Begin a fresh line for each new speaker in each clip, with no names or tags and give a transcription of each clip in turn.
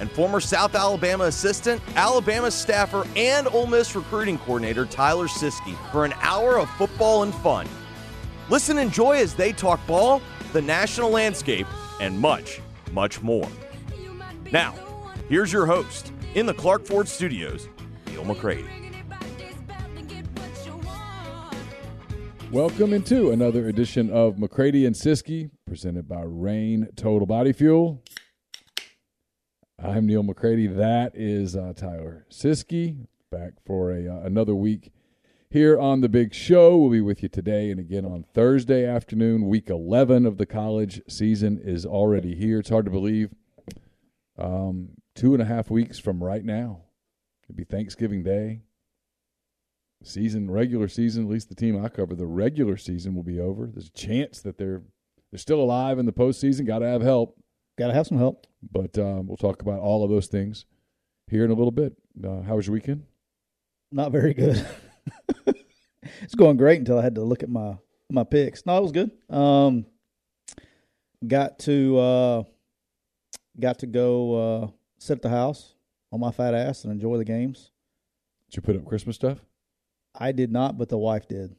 and former South Alabama assistant, Alabama staffer, and Ole Miss recruiting coordinator Tyler Siski for an hour of football and fun. Listen and enjoy as they talk ball, the national landscape, and much, much more. Now, here's your host in the Clark Ford Studios, Neil McCrady.
Welcome into another edition of McCrady and Siski, presented by Rain Total Body Fuel. I'm Neil McCrady. That is uh, Tyler Siski, back for a uh, another week here on the Big Show. We'll be with you today and again on Thursday afternoon. Week 11 of the college season is already here. It's hard to believe. Um, two and a half weeks from right now, it'd be Thanksgiving Day season regular season at least the team i cover the regular season will be over there's a chance that they're they're still alive in the postseason got to have help
Got to have some help.
but um, we'll talk about all of those things here in a little bit uh, how was your weekend
Not very good. it's going great until I had to look at my my picks. No, it was good. Um, got to uh, got to go uh, sit at the house on my fat ass and enjoy the games.
did you put up christmas stuff
I did not, but the wife did.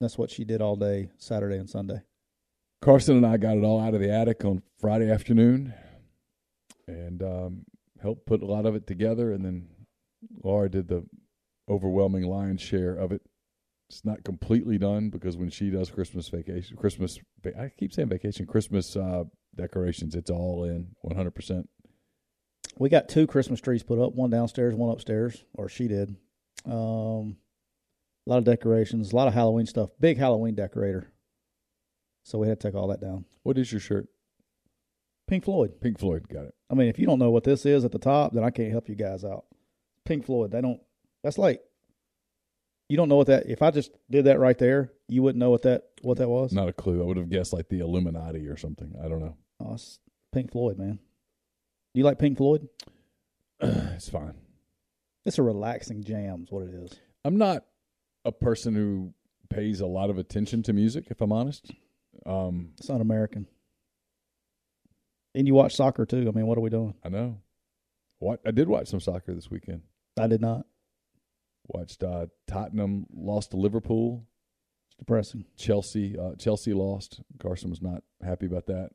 That's what she did all day Saturday and Sunday.
carson and i got it all out of the attic on friday afternoon and um, helped put a lot of it together and then laura did the overwhelming lion's share of it it's not completely done because when she does Christmas vacation, Christmas va- I keep saying vacation, Christmas uh, decorations, it's all in 100. percent
We got two Christmas trees put up, one downstairs, one upstairs, or she did. Um, a lot of decorations, a lot of Halloween stuff. Big Halloween decorator. So we had to take all that down.
What is your shirt?
Pink Floyd.
Pink Floyd, got it.
I mean, if you don't know what this is at the top, then I can't help you guys out. Pink Floyd, they don't. That's like you don't know what that. If I just did that right there, you wouldn't know what that what that was.
Not a clue. I would have guessed like the Illuminati or something. I don't know.
Oh, it's Pink Floyd, man. Do you like Pink Floyd?
It's fine.
It's a relaxing jam, is what it is.
I'm not a person who pays a lot of attention to music, if I'm honest. Um,
It's not American. And you watch soccer too. I mean, what are we doing?
I know. What I did watch some soccer this weekend.
I did not.
Watched uh, Tottenham lost to Liverpool.
It's depressing.
Chelsea uh, Chelsea lost. Carson was not happy about that.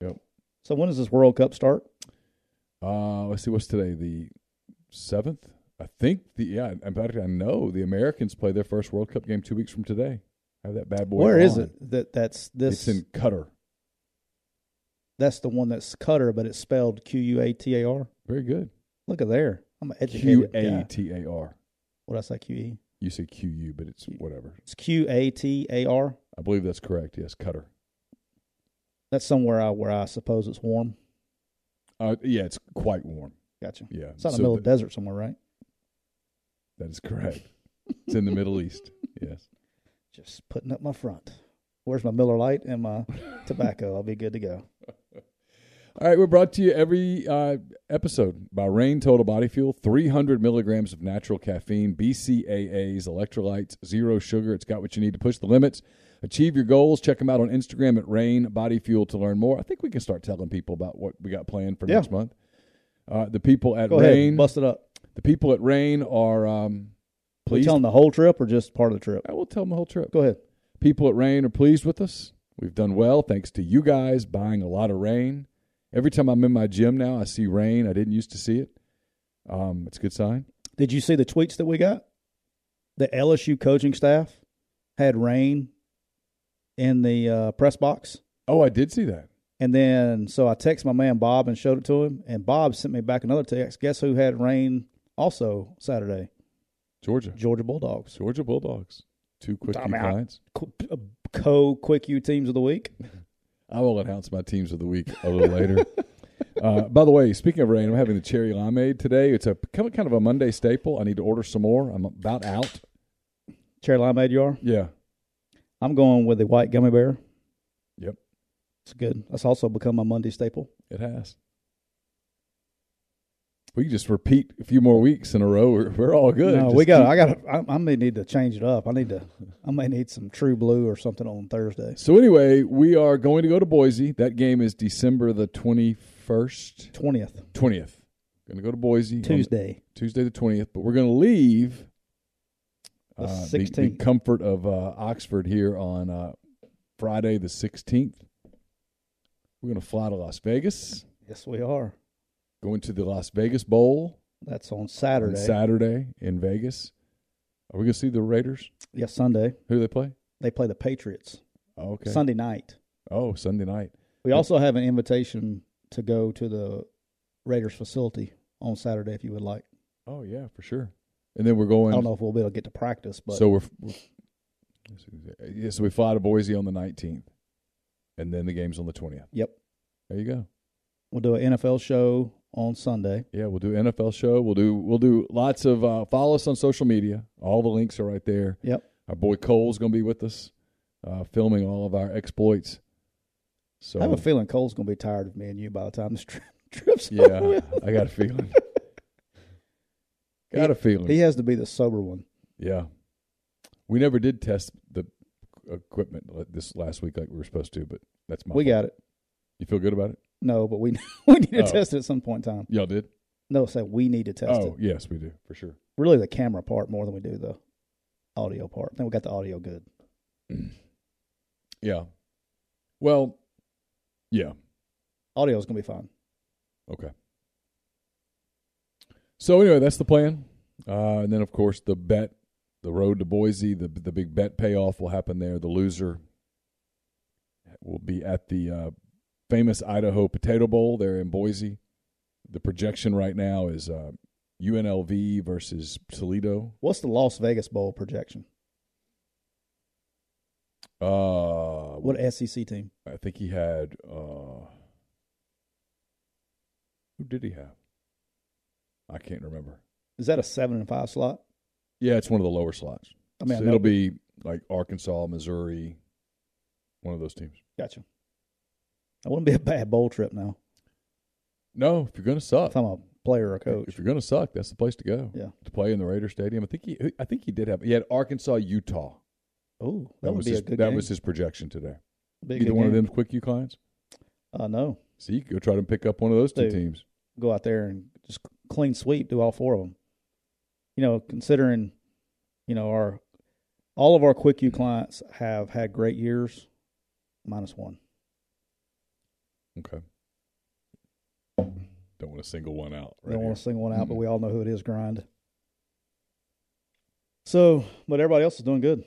Yep.
So when does this World Cup start?
Uh, let's see. What's today? The seventh, I think. The yeah. In fact, I know the Americans play their first World Cup game two weeks from today. Have that bad boy.
Where is
on.
it that that's
It's
this?
in Qatar.
that's the one that's Qatar, but it's spelled Q U A T A R.
Very good.
Look at there. I'm an
Q
educated
A
guy.
T A R.
What did I say? Q E.
You say Q U, but it's whatever.
It's Q A T A R.
I believe that's correct. Yes, Qatar.
That's somewhere I where I suppose it's warm.
Uh, yeah, it's quite warm.
Gotcha.
Yeah,
It's not
so
in the middle
the-
of the desert somewhere, right?
That is correct. it's in the Middle East. Yes.
Just putting up my front. Where's my Miller Light and my tobacco? I'll be good to go.
All right, we're brought to you every uh, episode by Rain Total Body Fuel, 300 milligrams of natural caffeine, BCAAs, electrolytes, zero sugar. It's got what you need to push the limits, achieve your goals. Check them out on Instagram at Rain Body Fuel to learn more. I think we can start telling people about what we got planned for
Yeah.
next month. Uh, the people at
Go
Rain,
ahead, bust it up.
the people at Rain are um,
We
pleased.
telling the whole trip or just part of the trip?
I will tell them the whole trip.
Go ahead.
People at Rain are pleased with us. We've done well thanks to you guys buying a lot of rain. Every time I'm in my gym now, I see rain. I didn't used to see it. Um, it's a good sign.
Did you see the tweets that we got? The LSU coaching staff had rain in the uh, press box.
Oh, I did see that.
And then, so I texted my man Bob and showed it to him. And Bob sent me back another text. Guess who had rain also Saturday?
Georgia.
Georgia Bulldogs.
Georgia Bulldogs. Two quick
Time out.
clients.
Co Quick U teams of the week.
I will announce my teams of the week a little later. Uh, by the way, speaking of rain, I'm having the cherry limeade today. It's a kind of a Monday staple. I need to order some more. I'm about out.
Cherry limeade you are.
Yeah.
I'm going with the white gummy bear.
Yep.
It's good. That's also become my Monday staple.
It has. We can just repeat a few more weeks in a row. We're, we're all good.
No,
Just
we got.
keep-
I got. I, I may need to change it up. I need to. I may need some True Blue or something on Thursday.
So anyway, we are going to go to Boise. That game is December the twenty first,
Twentieth
twentieth. Going to go to Boise on
Tuesday.
Tuesday the twentieth. But we're going to leave uh,
The
the- the,
16th.
comfort of uh, Oxford here on uh, Friday the sixteenth. We're going to fly to Las Vegas.
Yes, we are.
Going to the Las Vegas Bowl
That's on
on
Saturday.
Saturday in Vegas. Are we going to see the Raiders?
yes, Sunday
Who do they play?
they play the Patriots.
Oh, okay.
Sunday night.
Oh, Sunday night.
We also have an invitation to go to the Raiders facility on Saturday if you would like.
Oh yeah, for sure. And then we're going.
I don't know if we'll be able to get to practice, but
So we're, we're yeah, so we fly to Boise on the nineteenth, and then the game's on the twentieth.
yep,
There you go.
we'll do an NFL show on Sunday.
Yeah, we'll do NFL show. We'll do we'll do lots of uh, follow us on social media. All the links are right there.
Yep.
Our boy Cole's gonna be with us, uh, filming all of our exploits. So
I have a feeling Cole's going to be tired of me and you by the time this trip, trip's over.
yeah,
with.
I got a feeling. got a feeling.
He has to be the sober one.
Yeah. We never did test the equipment li- this last week like we were supposed to, but that's my
We
fault.
got it.
You feel good about it?
No, but we we need to
Oh.
test it at some point in time.
Y'all did?
No, say we need to test
oh,
it.
yes, we do, for sure.
Really, the camera part more than we do the audio part. I think we got the audio good.
Yeah. Well, yeah.
Audio's going to be fine.
Okay. So anyway, that's the plan. Uh, and then of course the bet, the road to Boise, the the big bet payoff will happen there. The loser will be at the uh, famous Idaho Potato Bowl there in Boise. The projection right now is uh, UNLV versus Toledo.
What's the Las Vegas Bowl projection?
Uh,
What SEC team?
I think he had. Uh, who did he have? I can't remember.
Is that a seven and five slot?
Yeah, it's one of the lower slots.
I mean,
So
I know-
it'll be like Arkansas, Missouri, one of those teams.
Gotcha. That wouldn't be a bad bowl trip now.
No, if you're gonna suck,
If I'm a player or a coach.
if you're gonna suck, that's the place to go.
Yeah.
to play in the Raider Stadium. I think he, I think he did have. He had Arkansas, Utah.
Oh, that, would
was
be
his,
a good
that
game.
was his projection today.
Be a
Either
good
one of
game.
them quick U clients.
Uh, no.
So you could go try to pick up one of those two
Dude.
teams.
Go out there and just clean sweep, do all four of them. You know, considering, you know, our all of our quick U clients have had great years, minus one.
Okay. Don't want to single one out.
We
Right
don't
here. Mm-hmm.
want to sing one out, but
Mm-mm.
we all know who it is, grind. So, but everybody else is doing good.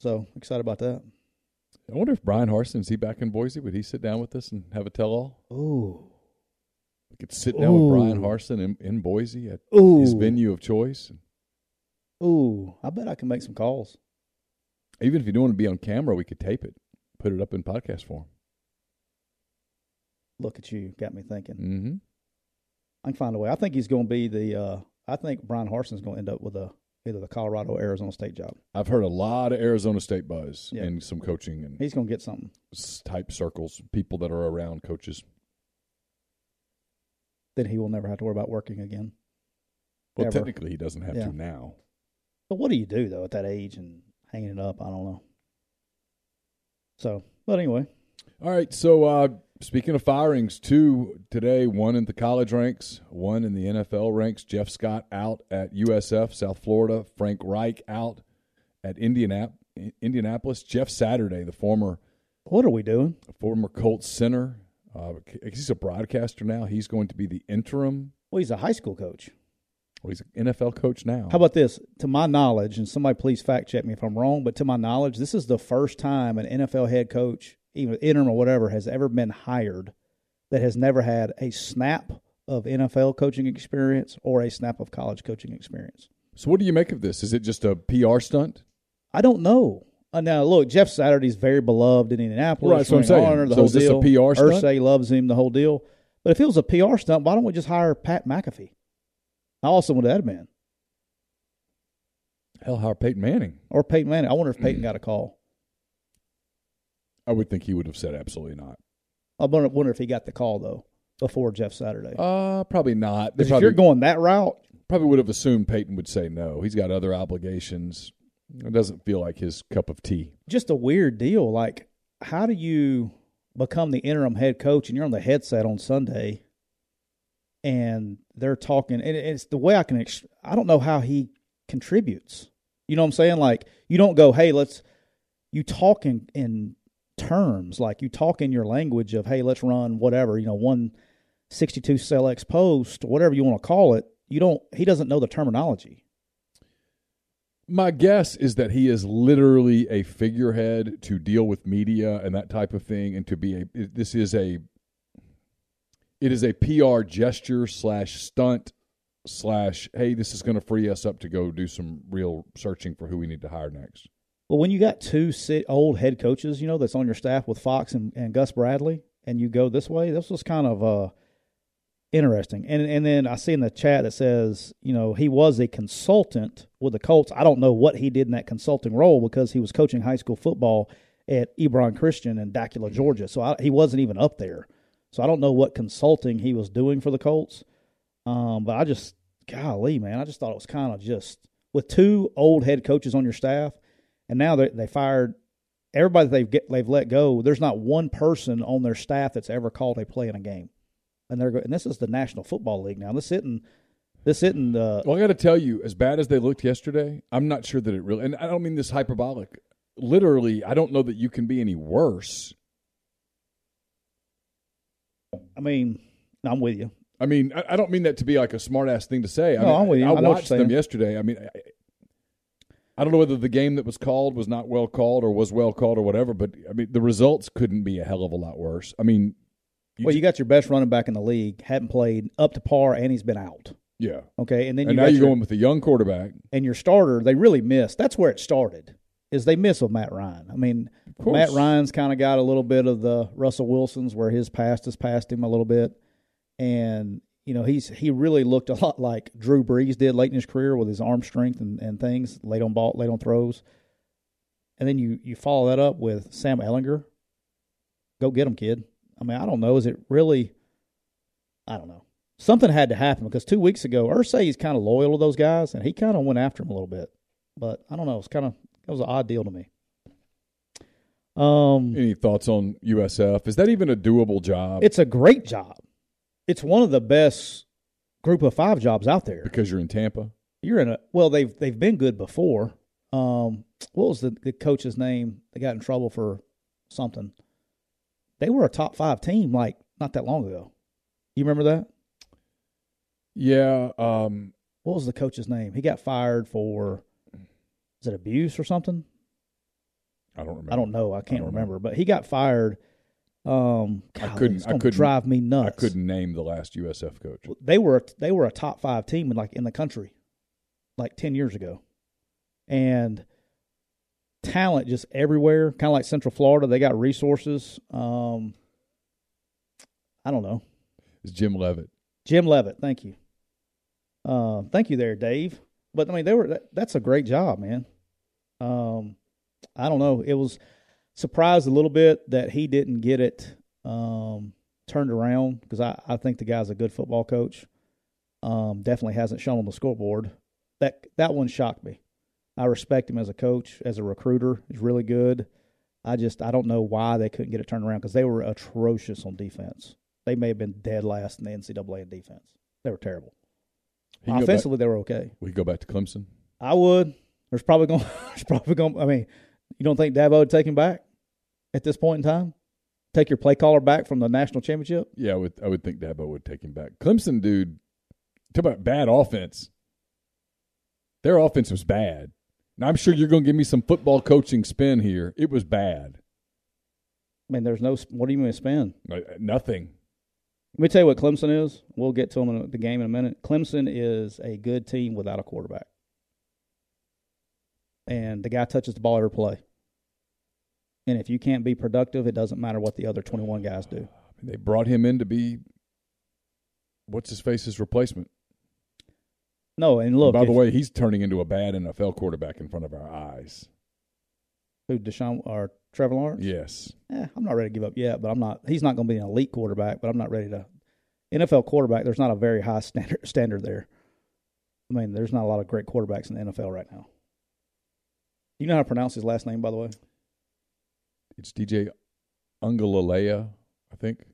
So excited about that.
I wonder if Brian Harson is he back in Boise? Would he sit down with us and have a tell all?
Ooh.
We could sit down with Brian
Ooh.
Harson in, in Boise at
Ooh.
his venue of choice.
Ooh. I bet I can make some calls.
Even if you don't want to be on camera, we could tape it, put it up in podcast form.
Look at you, got me thinking.
Mm-hmm.
I can find a way. I think he's going to be the. Uh, I think Brian Harson's going to end up with a either the Colorado or Arizona State job.
I've heard a lot of Arizona State buzz
Yeah.
in some coaching and
He's going to get something.
s- type circles, people that are around coaches.
then he will never have to worry about working again.
Well,
Ever.
technically, he doesn't have
Yeah.
to now.
But what do you do though at that age and hanging it up? I don't know. So, but anyway,
All right. So, uh, speaking of firings, two today, one in the college ranks, one in the NFL ranks. Jeff Scott out at USF, South Florida. Frank Reich out at Indianap- Indianapolis. Jeff Saturday, the former
what are we doing?
former Colts center, uh, he's a broadcaster now. He's going to be the interim.
Well, he's a high school coach.
Well, he's an NFL coach now.
How about this? To my knowledge, and somebody please fact check me if I'm wrong, but to my knowledge, this is the first time an NFL head coach, even interim or whatever, has ever been hired that has never had a snap of NFL coaching experience or a snap of college coaching experience.
So, what do you make of this? Is it just a PR stunt?
I don't know. Uh, now, look, Jeff Saturday's very beloved in Indianapolis.
Right, that's what I'm
Ring
saying.
Honor, the
So
whole
is this a
deal.
PR stunt?
Ursay loves him, the whole deal. But if it was a PR stunt, why don't we just hire Pat McAfee? I also want that man.
Hell, hire Peyton Manning.
Or Peyton Manning. I wonder if Peyton got a call.
I would think he would have said absolutely not.
I wonder, wonder if he got the call, though, before Jeff Saturday.
Uh, probably not. They
'Cause if
probably,
you're going that route,
probably would have assumed Peyton would say no. He's got other obligations. It doesn't feel like his cup of tea.
just a weird deal. Like, how do you become the interim head coach and you're on the headset on Sunday and they're talking? And it's the way I can, ex- I don't know how he contributes. You know what I'm saying? Like, you don't go, hey, let's, you talk in, in terms, like you talk in your language of, hey, let's run whatever, you know, 162 cell X post, whatever you want to call it. You don't, he doesn't know the terminology.
My guess is that he is literally a figurehead to deal with media and that type of thing, and to be a. it- This is a. It is a PR gesture slash stunt slash. Hey, this is going to free us up to go do some real searching for who we need to hire next.
Well, when you got two sit, old head coaches, you know, that's on your staff with Fox and, and Gus Bradley, and you go this way, this was kind of uh, interesting. And and then I see in the chat that says, you know, he was a consultant with the Colts. I don't know what he did in that consulting role because he was coaching high school football at Ebron Christian in Dacula, Georgia. So I, he wasn't even up there. So I don't know what consulting he was doing for the Colts. Um, but I just, golly, man, I just thought it was kind of just with two old head coaches on your staff, and now they they fired everybody they've get, they've let go. There's not one person on their staff that's ever called a play in a game, and they're go, and this is the National Football League now. This isn't this isn't uh, the
Well, I got to tell you, as bad as they looked yesterday, I'm not sure that it really. And I don't mean this hyperbolic. Literally, I don't know that you can be any worse.
I mean, I'm with you.
I mean, I, I don't mean that to be like a smart ass thing to say. I
No,
mean,
I'm with you. I know what you're
watched them
saying.
yesterday. I mean, I, I don't know whether the game that was called was not well called or was well called or whatever, but I mean, the results couldn't be a hell of a lot worse. I mean,
well, you got your best running back in the league, hadn't played up to par, and he's been out.
yeah.
Okay, and then
And,
you
now
got
you're
your, Mm-hmm.
going with a young quarterback.
and your starter, they really missed. That's where it started. Is they miss with Matt Ryan. I mean,
course.
Matt Ryan's kind of got a little bit of the Russell Wilson's where his past has passed him a little bit, and you know he's he really looked a lot like Drew Brees did late in his career with his arm strength and, and things late on ball, late on throws, and then you you follow that up with Sam Ellinger. Go get him, kid. I mean, I don't know. Is it really? I don't know. Something had to happen because two weeks ago, Ursay is kind of loyal to those guys, and he kind of went after him a little bit. But I don't know. It's kind of it was an odd deal to me. Um,
Any thoughts on USF? Is that even a doable job?
it's a great job. It's one of the best group of five jobs out there.
because you're in Tampa.
You're in a well. They've they've been good before. Um, what was the, the coach's name? They got in trouble for something. They were a top five team like not that long ago. You remember that?
Yeah. Um,
what was the coach's name? He got fired for is it abuse or something?
I don't remember.
I don't know. I can't
don't
remember. But he got fired. Um,
I
golly,
couldn't-
it's
I
gonna
couldn't-
drive me
I
nuts.
couldn't name the last USF coach.
They were they were a top five team in like in the country, like ten years ago, and talent just everywhere. Kind of like Central Florida, they got resources. Um, I don't know.
It's Jim Levitt.
Jim Levitt, thank you. Uh, thank you there, Dave. But I mean, they were that, that's a great job, man. Um, I don't know. It was surprised a little bit that he didn't get it um, turned around because I, I think the guy's a good football coach. Um, definitely hasn't shown on the scoreboard. That that one shocked me. I respect him as a coach, as a recruiter. He's really good. I just I don't know why they couldn't get it turned around because they were atrocious on defense. They may have been dead last in the NCAA in defense. They were terrible.
He can go back-
Offensively, they were okay.
we go back to Clemson.
I would. There's probably going. There's probably going. I mean, you don't think Dabo would take him back at this point in time? Take your play caller back from the national championship?
Yeah, I would, I would think Dabo would take him back. Clemson, dude, talk about bad offense. Their offense was bad. Now, I'm sure you're going to give me some football coaching spin here. It was bad.
I mean, there's no. What do you mean spin?
Like, Nothing.
Let me tell you what Clemson is. We'll get to them in the game in a minute. Clemson is a good team without a quarterback, and the guy touches the ball every play. And if you can't be productive, it doesn't matter what the other 21 guys do.
They brought him in to be what's his face's replacement.
No, and look,
By the
if-
way, he's turning into a bad NFL quarterback in front of our eyes.
who Deshaun or Trevor Lawrence?
Yes.
eh, I'm not ready to give up yet, but I'm not. He's not going to be an elite quarterback, but I'm not ready to. NFL quarterback, there's not a very high standard standard there. I mean, there's not a lot of great quarterbacks in the NFL right now. You know how to pronounce his last name, by the way?
It's DJ Ungalalea, I think.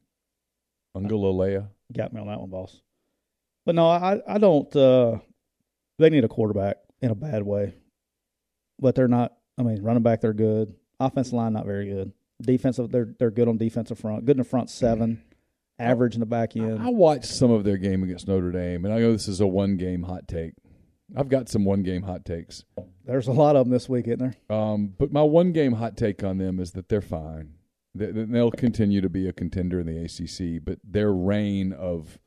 Ungalalea.
Got me on that one, boss. But no, I I don't. Uh, they need a quarterback in a bad way, but they're not. I mean, running back they're good. Offensive line not very good. Defensive they're they're good on defensive front. Good in the front seven, average in the back end.
I watched some of their game against Notre Dame, and I know this is a one game hot take. I've got some one game hot takes.
There's a lot of them this week, isn't there?
Um, but my one game hot take on them is that they're fine. They, they- they'll continue to be a contender in the ACC, but their reign of.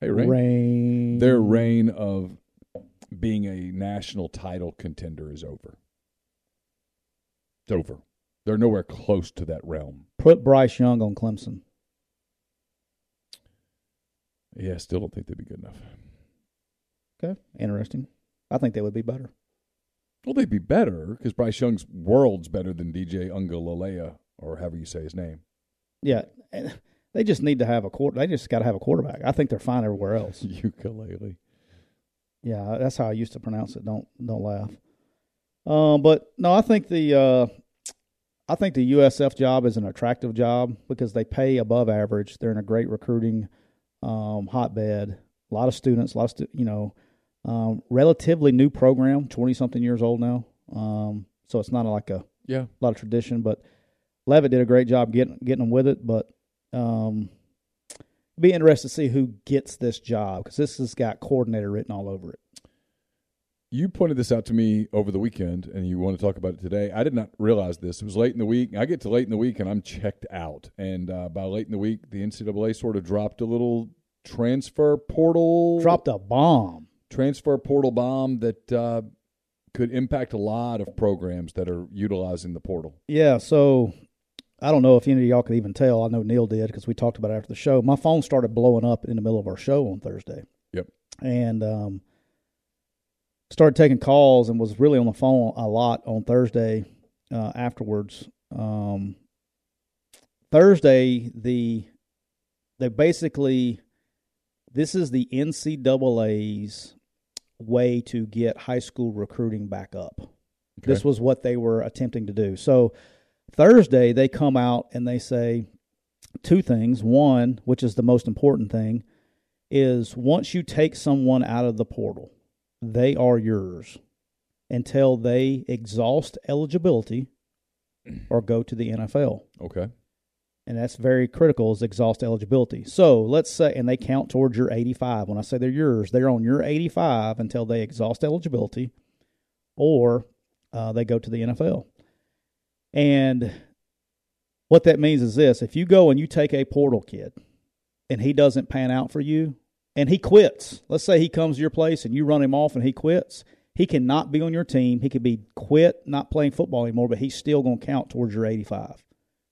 Hey, Rain.
Rain.
Their reign of being a national title contender is over. It's over. They're nowhere close to that realm.
Put Bryce Young on Clemson.
Yeah, I still don't think they'd be good enough.
Okay. Interesting. I think they would be better.
Well, they'd be better because Bryce Young's world's better than DJ Ungalalea, or however you say his name.
Yeah. and They just need to have a quarter. They just got to have a quarterback. I think they're fine everywhere else.
Ukulele.
Yeah, that's how I used to pronounce it. Don't don't laugh. Um, but no, I think the uh, I think the USF job is an attractive job because they pay above average. They're in a great recruiting um, hotbed. A lot of students, a lot of stu- you know, um, relatively new program, twenty something years old now. Um, so it's not like a
Yeah.
a lot of tradition. But Levitt did a great job getting getting them with it. But um, be interested to see who gets this job because this has got coordinator written all over it.
You pointed this out to me over the weekend, and you want to talk about it today. I did not realize this. It was late in the week. I get to late in the week, and I'm checked out. And uh, by late in the week, the NCAA sort of dropped a little transfer portal.
Dropped a bomb.
transfer portal bomb that uh, could impact a lot of programs that are utilizing the portal.
Yeah, so I don't know if any of y'all could even tell. I know Neil did because we talked about it after the show. My phone started blowing up in the middle of our show on Thursday.
Yep.
And um, started taking calls and was really on the phone a lot on Thursday uh, afterwards. Um, Thursday, the they basically this is the NCAA's way to get high school recruiting back up. This was what they were attempting to do. So Thursday, they come out and they say two things. One, which is the most important thing, is once you take someone out of the portal, they are yours until they exhaust eligibility or go to the NFL
Okay.
and that's very critical is exhaust eligibility. So let's say, and they count towards your 85. When I say they're yours, they're on your 85 until they exhaust eligibility or uh, they go to the NFL. And what that means is this if you go and you take a portal kid and he doesn't pan out for you and he quits, let's say he comes to your place and you run him off and he quits. He cannot be on your team. He could be quit, not playing football anymore, but he's still going to count towards your 85.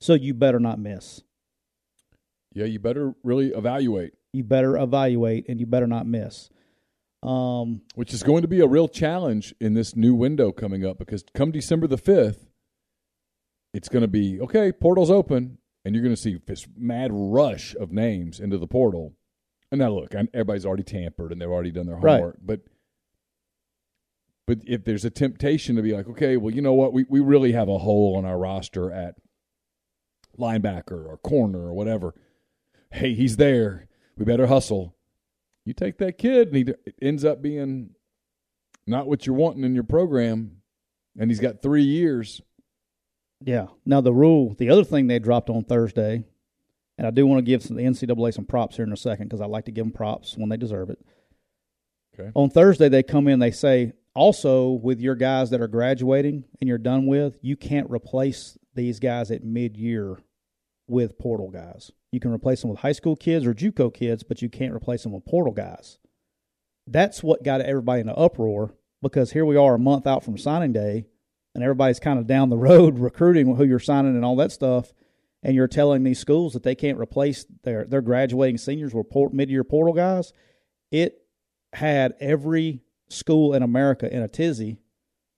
So you better not miss.
Yeah, you better really evaluate,
You better evaluate and you better not miss. Um,
which is going to be a real challenge in this new window coming up because come December the 5th, it's going to be okay. Portal's open, and you're going to see this mad rush of names into the portal. And now look, and everybody's already tampered, and they've already done their
Right.
homework. But but if there's a temptation to be like, okay, well, you know what, we we really have a hole on our roster at linebacker or corner or whatever. Hey, he's there. We better hustle. You take that kid, and he d- it ends up being not what you're wanting in your program, and he's got three years.
Yeah. Now the rule, the other thing they dropped on Thursday, and I do want to give some, the NCAA some props here in a second because I like to give them props when they deserve it.
Okay.
On Thursday they come in, they say also with your guys that are graduating and you're done with, you can't replace these guys at mid-year with portal guys. You can replace them with high school kids or JUCO kids, but you can't replace them with portal guys. That's what got everybody in an uproar because here we are a month out from signing day and everybody's kind of down the road recruiting who you're signing and all that stuff, and you're telling these schools that they can't replace their their graduating seniors with port, mid-year portal guys, it had every school in America in a tizzy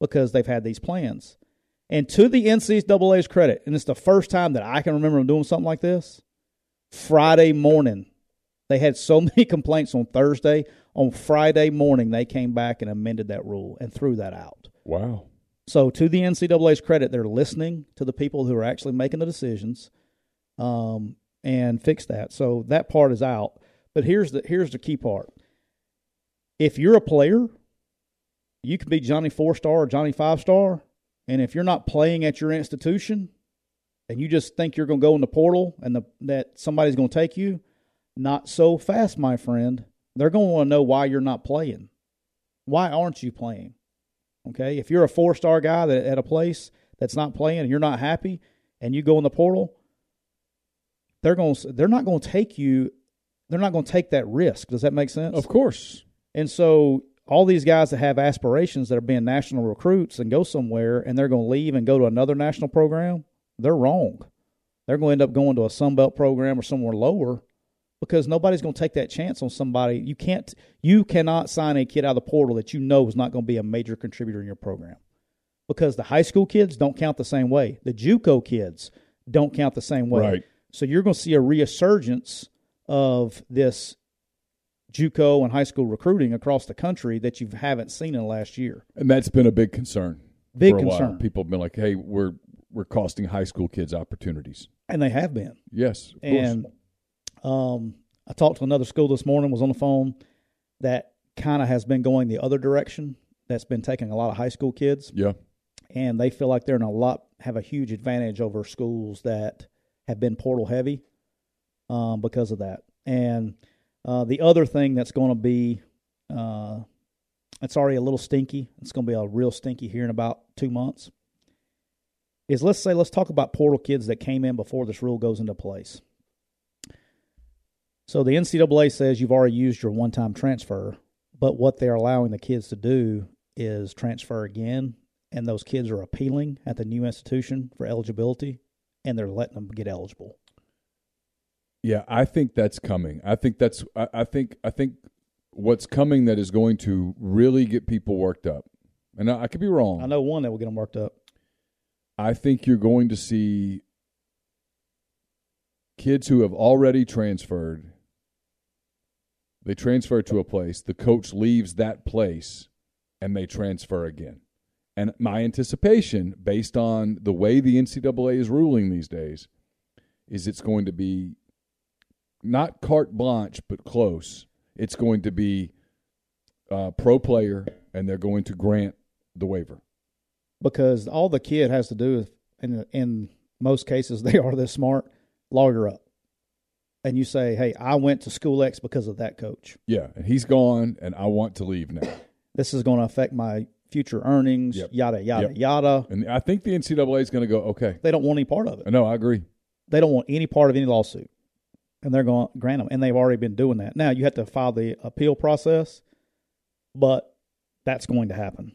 because they've had these plans. And to the NCAA's credit, and it's the first time that I can remember them doing something like this. Friday morning, they had so many complaints on Thursday. On Friday morning, they came back and amended that rule and threw that out.
Wow.
So, to the NCAA's credit, they're listening to the people who are actually making the decisions, um, and fix that. So that part is out. But here's the here's the key part. If you're a player, you can be Johnny four star or Johnny five star, and if you're not playing at your institution, and you just think you're going to go in the portal and the, that somebody's going to take you, not so fast, my friend. They're going to want to know why you're not playing. Why aren't you playing? Okay. If you're a four star guy that at a place that's not playing and you're not happy and you go in the portal, they're going to they're not going to take you they're not going to take that risk. Does that make sense?
Of course.
And so all these guys that have aspirations that are being national recruits and go somewhere and they're going to leave and go to another national program, they're wrong. They're going to end up going to a Sunbelt program or somewhere lower because nobody's going to take that chance on somebody. You can't you cannot sign a kid out of the portal that you know is not going to be a major contributor in your program. Because the high school kids don't count the same way. The JUCO kids don't count the same way.
Right.
So you're going to see a resurgence of this JUCO and high school recruiting across the country that you haven't seen in the last year.
And that's been a big concern.
Big
for a while.
concern.
People have been like, hey, we're we're costing high school kids opportunities.
And they have been.
Yes, of
And
course.
um, I talked to another school this morning, was on the phone, that kind of has been going the other direction. That's been taking a lot of high school kids,
Yeah.
and they feel like they're in a lot, have a huge advantage over schools that have been portal heavy um, because of that. And uh, the other thing that's going to be, uh, it's already a little stinky. It's going to be a real stinky here in about two months. Is let's say let's talk about portal kids that came in before this rule goes into place. So the NCAA says you've already used your one-time transfer, but what they're allowing the kids to do is transfer again, and those kids are appealing at the new institution for eligibility, and they're letting them get eligible.
Yeah, I think that's coming. I think that's I, I think I think what's coming that is going to really get people worked up. And I, I could be wrong.
I know one that will get them worked up.
I think you're going to see kids who have already transferred. They transfer to a place, the coach leaves that place, and they transfer again. And my anticipation, based on the way the NCAA is ruling these days, is it's going to be not carte blanche, but close. It's going to be uh, pro player, and they're going to grant the waiver.
because all the kid has to do is, in in most cases, they are this smart. Lawyer up, and you say, "Hey, I went to school X because of that coach.
Yeah, and he's gone, and I want to leave now.
This is going to affect my future earnings.
Yep.
Yada yada
Yep.
yada."
And I think the NCAA is going to go, okay.
They don't want any part of it.
No, I agree.
They don't want any part of any lawsuit, and they're going to grant them. And they've already been doing that. Now you have to file the appeal process, but that's going to happen.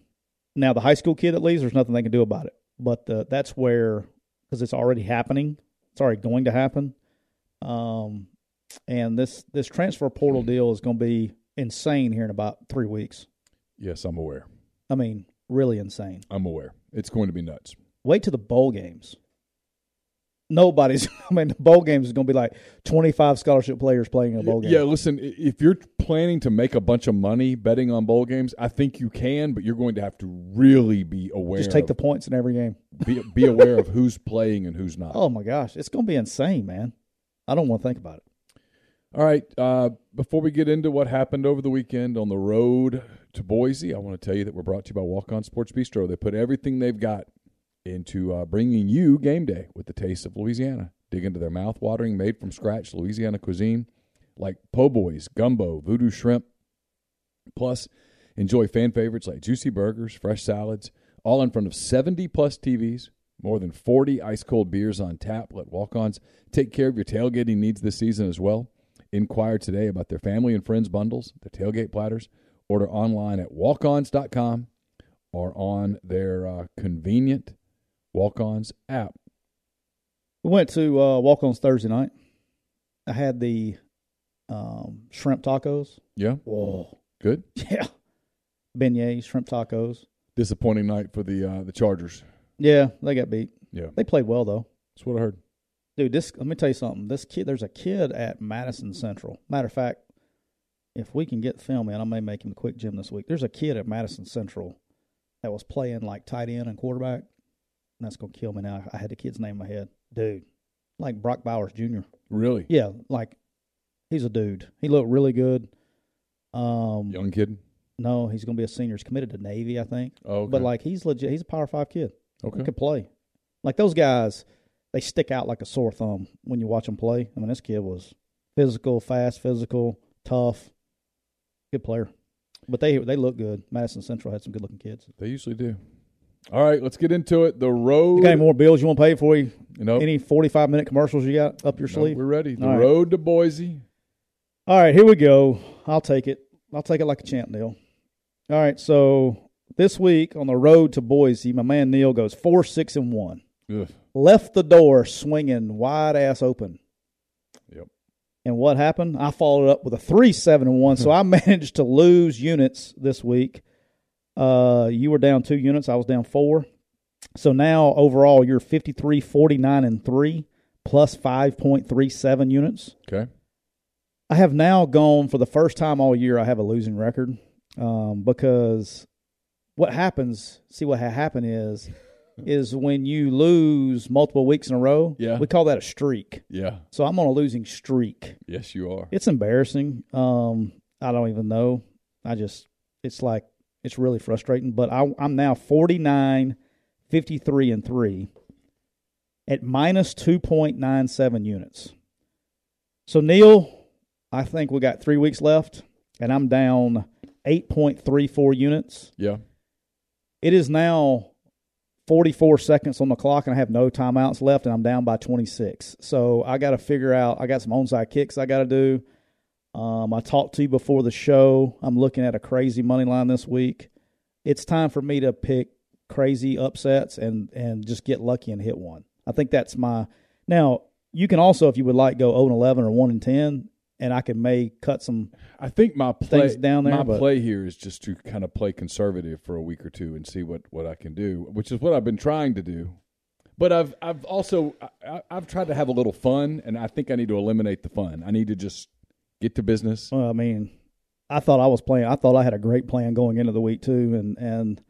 Now the high school kid that leaves, there's nothing they can do about it. But the, that's where because it's already happening. It's already going to happen. Um, and this this transfer portal deal is going to be insane here in about three weeks.
Yes, I'm aware.
I mean, really insane.
I'm aware. It's going to be nuts.
Wait till the bowl games. nobody's. I mean, the bowl games is going to be like twenty five scholarship players playing in a bowl game.
Yeah, listen, i- if you're planning to make a bunch of money betting on bowl games, I think you can, but you're going to have to really be aware.
just take the
of,
points in every game.
be, be aware of who's playing and who's not.
Oh my gosh, it's going to be insane, man. I don't want to think about it.
All right. Uh, before we get into what happened over the weekend on the road to Boise, I want to tell you that we're brought to you by Walk On Sports Bistro. They put everything they've got into uh, bringing you game day with the taste of Louisiana. Dig into their mouth-watering, made from scratch Louisiana cuisine, like po' boys, gumbo, voodoo shrimp. Plus, enjoy fan favorites like juicy burgers, fresh salads, all in front of 70 plus TVs, more than 40 ice cold beers on tap. Let walk ons take care of your tailgating needs this season as well. Inquire today about their family and friends bundles, their tailgate platters. Order online at walkons.com or on their uh, convenient walk ons app.
We went to uh, walk ons Thursday night. I had the um, shrimp tacos.
Yeah,
Whoa,
good.
yeah, beignets, shrimp tacos.
Disappointing night for the uh, the Chargers.
Yeah, they got beat.
Yeah,
They played well though.
that's what I heard.
Dude, this let me tell you something. This kid, there's a kid at Madison Central. Matter of fact, if we can get film in, I may make him a quick gym this week. There's a kid at Madison Central that was playing like tight end and quarterback. And that's gonna kill me now. I had the kid's name in my head, dude. Like Brock Bowers Jr.
Really?
Yeah, like he's a dude. He looked really good. Um,
Young kid?
no, he's gonna be a senior. He's committed to Navy, I think.
Oh, okay.
But like he's legit. He's a Power Five kid.
okay.
He could play. Like those guys, they stick out like a sore thumb when you watch them play. I mean, this kid was physical, fast, physical, tough, good player. But they they look good. Madison Central had some good looking kids.
They usually do. All right, let's get into it. The road.
You got any more bills you want to pay before we
No,
any forty five minute commercials you got up your
no,
sleeve?
we're ready. The
All right.
road to Boise.
All right, here we go. I'll take it. I'll take it like a champ, Neil. All right, so this week on the road to Boise, my man Neil goes four, six, and one.
Ugh.
left the door swinging wide ass open.
Yep.
And what happened? I followed up with a three seven and one, so I managed to lose units this week. Uh, you were down two units. I was down four. So now overall, you're 53, 49, and three plus 5.37 units.
Okay.
I have now gone for the first time all year. I have a losing record um, because what happens? See, what had happened is is when you lose multiple weeks in a row.
Yeah.
we call that a streak.
Yeah.
So I'm on a losing streak.
Yes, you are.
It's embarrassing. Um, I don't even know. I just it's like it's really frustrating. But I, I'm now 49, 53, and three at minus 2.97 units. So Neil, I think we got three weeks left, and I'm down 8.34 units.
Yeah.
It is now 44 seconds on the clock, and I have no timeouts left, and I'm down by 26. So I got to figure out. I got some onside kicks I got to do. Um, I talked to you before the show. I'm looking at a crazy money line this week. It's time for me to pick crazy upsets and and just get lucky and hit one. I think that's my now. You can also, if you would like, go 0 and 11 or 1 and 10, and I can may cut some.
I think my play
Things down there,
My
but-
play here is just to kind of play conservative for a week or two and see what what I can do, which is what I've been trying to do. But I've I've also I- I, I've tried to have a little fun, and I think I need to eliminate the fun. I need to just get to business.
Well, I mean, I thought I was playing. I thought I had a great plan going into the week too, and and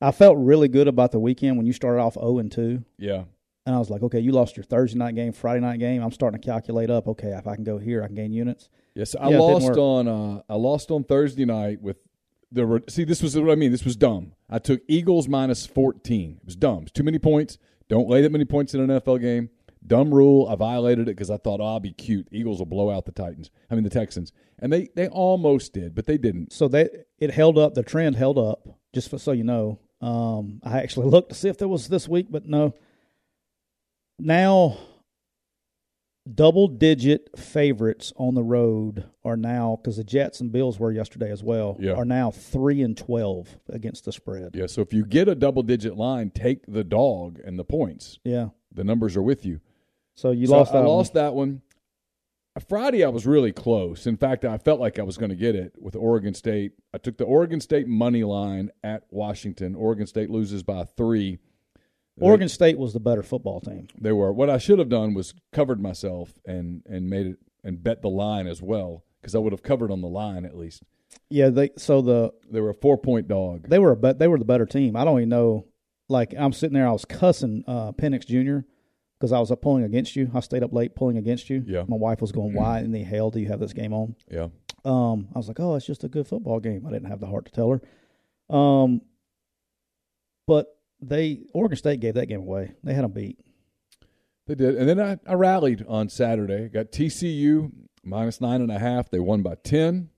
I felt really good about the weekend when you started off zero and two,
Yeah.
and I was like, okay, you lost your Thursday night game, Friday night game. I'm starting to calculate up. Okay, if I can go here, I can gain units.
Yes, I
Yeah, it didn't
lost
work.
on uh, I lost on Thursday night with the re- see this was what I mean. This was dumb. I took Eagles minus fourteen. It was dumb. It's too many points. Don't lay that many points in an NFL game. Dumb rule. I violated it because I thought oh, I'll be cute. Eagles will blow out the Titans. I mean the Texans, and they they almost did, but they didn't.
So that it held up. The trend held up. Just for, so you know, um, I actually looked to see if there was this week, but no. Now, double-digit favorites on the road are now because the Jets and Bills were yesterday as well.
Yeah.
Are now three and twelve against the spread.
Yeah. So if you get a double digit line, take the dog and the points.
Yeah.
The numbers are with you.
So you
So
lost.
I
that one.
lost that one. Uh, Friday, I was really close. In fact, I felt like I was going to get it with Oregon State. I took the Oregon State money line at Washington. Oregon State loses by three.
Oregon State was the better football team.
They were. What I should have done was covered myself and and made it and bet the line as well because I would have covered on the line at least.
Yeah, they so the
They were a four point dog.
they were a bet they were the better team. I don't even know. Like I'm sitting there, I was cussing uh, Penix Jr. because I was up pulling against you. I stayed up late pulling against you.
Yeah.
my wife was going, "Why in the hell do you have this game on?"
Yeah,
Um, I was like, "Oh, it's just a good football game." I didn't have the heart to tell her. Um, but they Oregon State gave that game away. They had them beat.
they did. And then I, I rallied on Saturday. Got TCU minus nine and a half. They won by ten.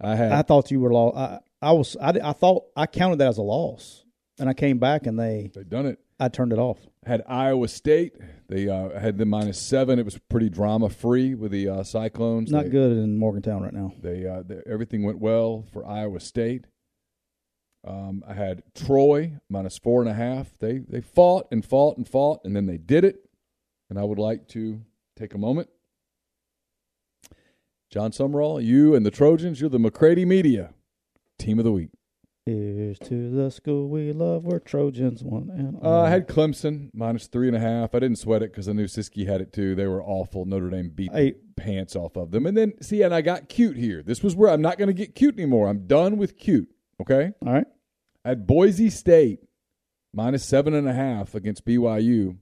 I had
I thought you were lost. I, I was. I, di- I thought I counted that as a loss, and I came back and they.
they done it.
I turned it off.
Had Iowa State. They uh, had them minus seven. It was pretty drama free with the uh, Cyclones.
It's not
They-
good in Morgantown right now.
They, uh, they everything went well for Iowa State. Um, I had Troy minus four and a half. They they fought and fought and fought, and then they did it. And I would like to take a moment. John Summerall, you and the Trojans, you're the McCready Media Team of the Week.
Here's to the school we love. We're Trojans, one and
Uh,
all.
I had Clemson minus three and a half. I didn't sweat it because I knew Siski had it too. They were awful. Notre Dame beat the
Hey.
pants off of them. And then, see, and I got cute here. This was where I'm not going to get cute anymore. I'm done with cute. Okay?
all right.
at Boise State, minus seven and a half against BYU.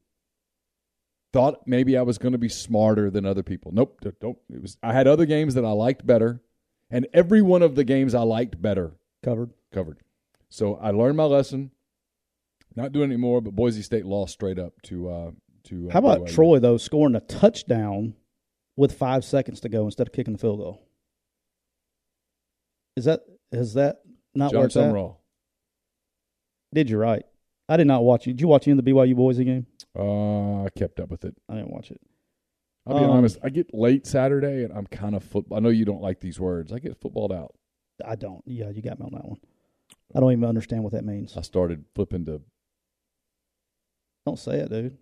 Thought maybe I was going to be smarter than other people. Nope, d- don't. It was I had other games that I liked better, and every one of the games I liked better
Covered.
covered. So I learned my lesson. Not doing it anymore. But Boise State lost straight up to uh, to. Uh,
How about
BYU.
Troy though scoring a touchdown with five seconds to go instead of kicking the field goal? Is that is that not
John
worth that?
Summerall.
Did you right? I did not watch you. Did you watch any of the BYU Boise game?
Uh, I kept up with it.
I didn't watch it.
I'll be
Um,
honest. I get late Saturday, and I'm kind of football. I know you don't like these words. I get footballed out.
I don't. Yeah, you got me on that one. I don't even understand what that means.
I started flipping to
Don't say it, dude.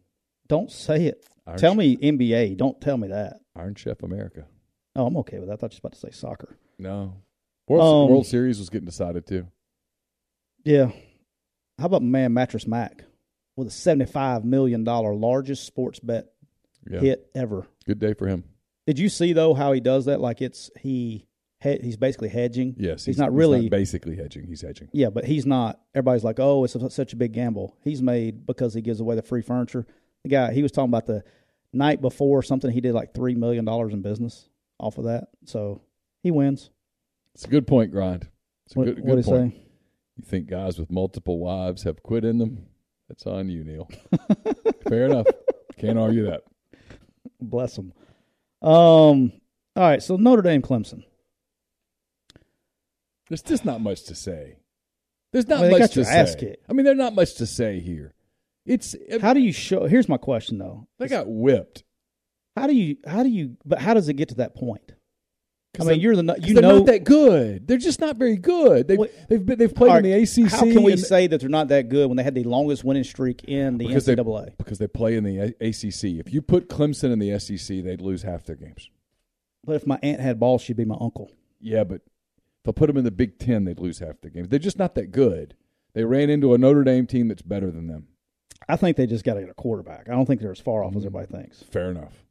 Don't say it.
Iron
tell
Chef-
me NBA. Don't tell me that.
Iron Chef America.
Oh, I'm okay with that. I thought you was about to say soccer.
No. World,
Um,
World Series was getting decided too.
Yeah. How about man mattress Mac with a seventy-five million dollar largest sports bet
Yeah.
hit ever?
Good day for him.
Did you see though how he does that? Like it's he he- he's basically hedging.
Yes.
he's, not really.
basically hedging. He's hedging.
yeah, but he's not. Everybody's like, oh, it's a, such a big gamble. He's made because he gives away the free furniture. The guy he was talking about the night before something he did like three million dollars in business off of that. So he wins.
It's a good point, Grind. It's a
What
good,
did
good
he
point.
say?
You think guys with multiple wives have quit in them? That's on you, Neil. Fair enough. Can't argue that.
Bless them. Um. All right. So Notre Dame, Clemson.
There's just not much to say. There's not
Well, they
much
got
to
your
say.
ass kicked.
I mean, there's not much to say here. It's
How do you show? Here's my question though.
they got whipped.
How do you? How do you? But how does it get to that point? I
'Cause
mean,
they-
you're the no-
'cause
you
they're
know
not that good. They're just not very good. They've
What-
they've been, they've played
All
in
right,
the ACC.
How can we
and-
say that they're not that good when they had the longest winning streak in the
Because they-
NCAA?
because they play in the A- ACC. If you put Clemson in the SEC, they'd lose half their games.
but if my aunt had balls, she'd be my uncle.
Yeah, but if I put them in the Big Ten, they'd lose half their games. They're just not that good. They ran into a Notre Dame team that's better than them.
I think they just got to get a quarterback. I don't think they're as far
Mm-hmm.
off as everybody thinks.
Fair enough.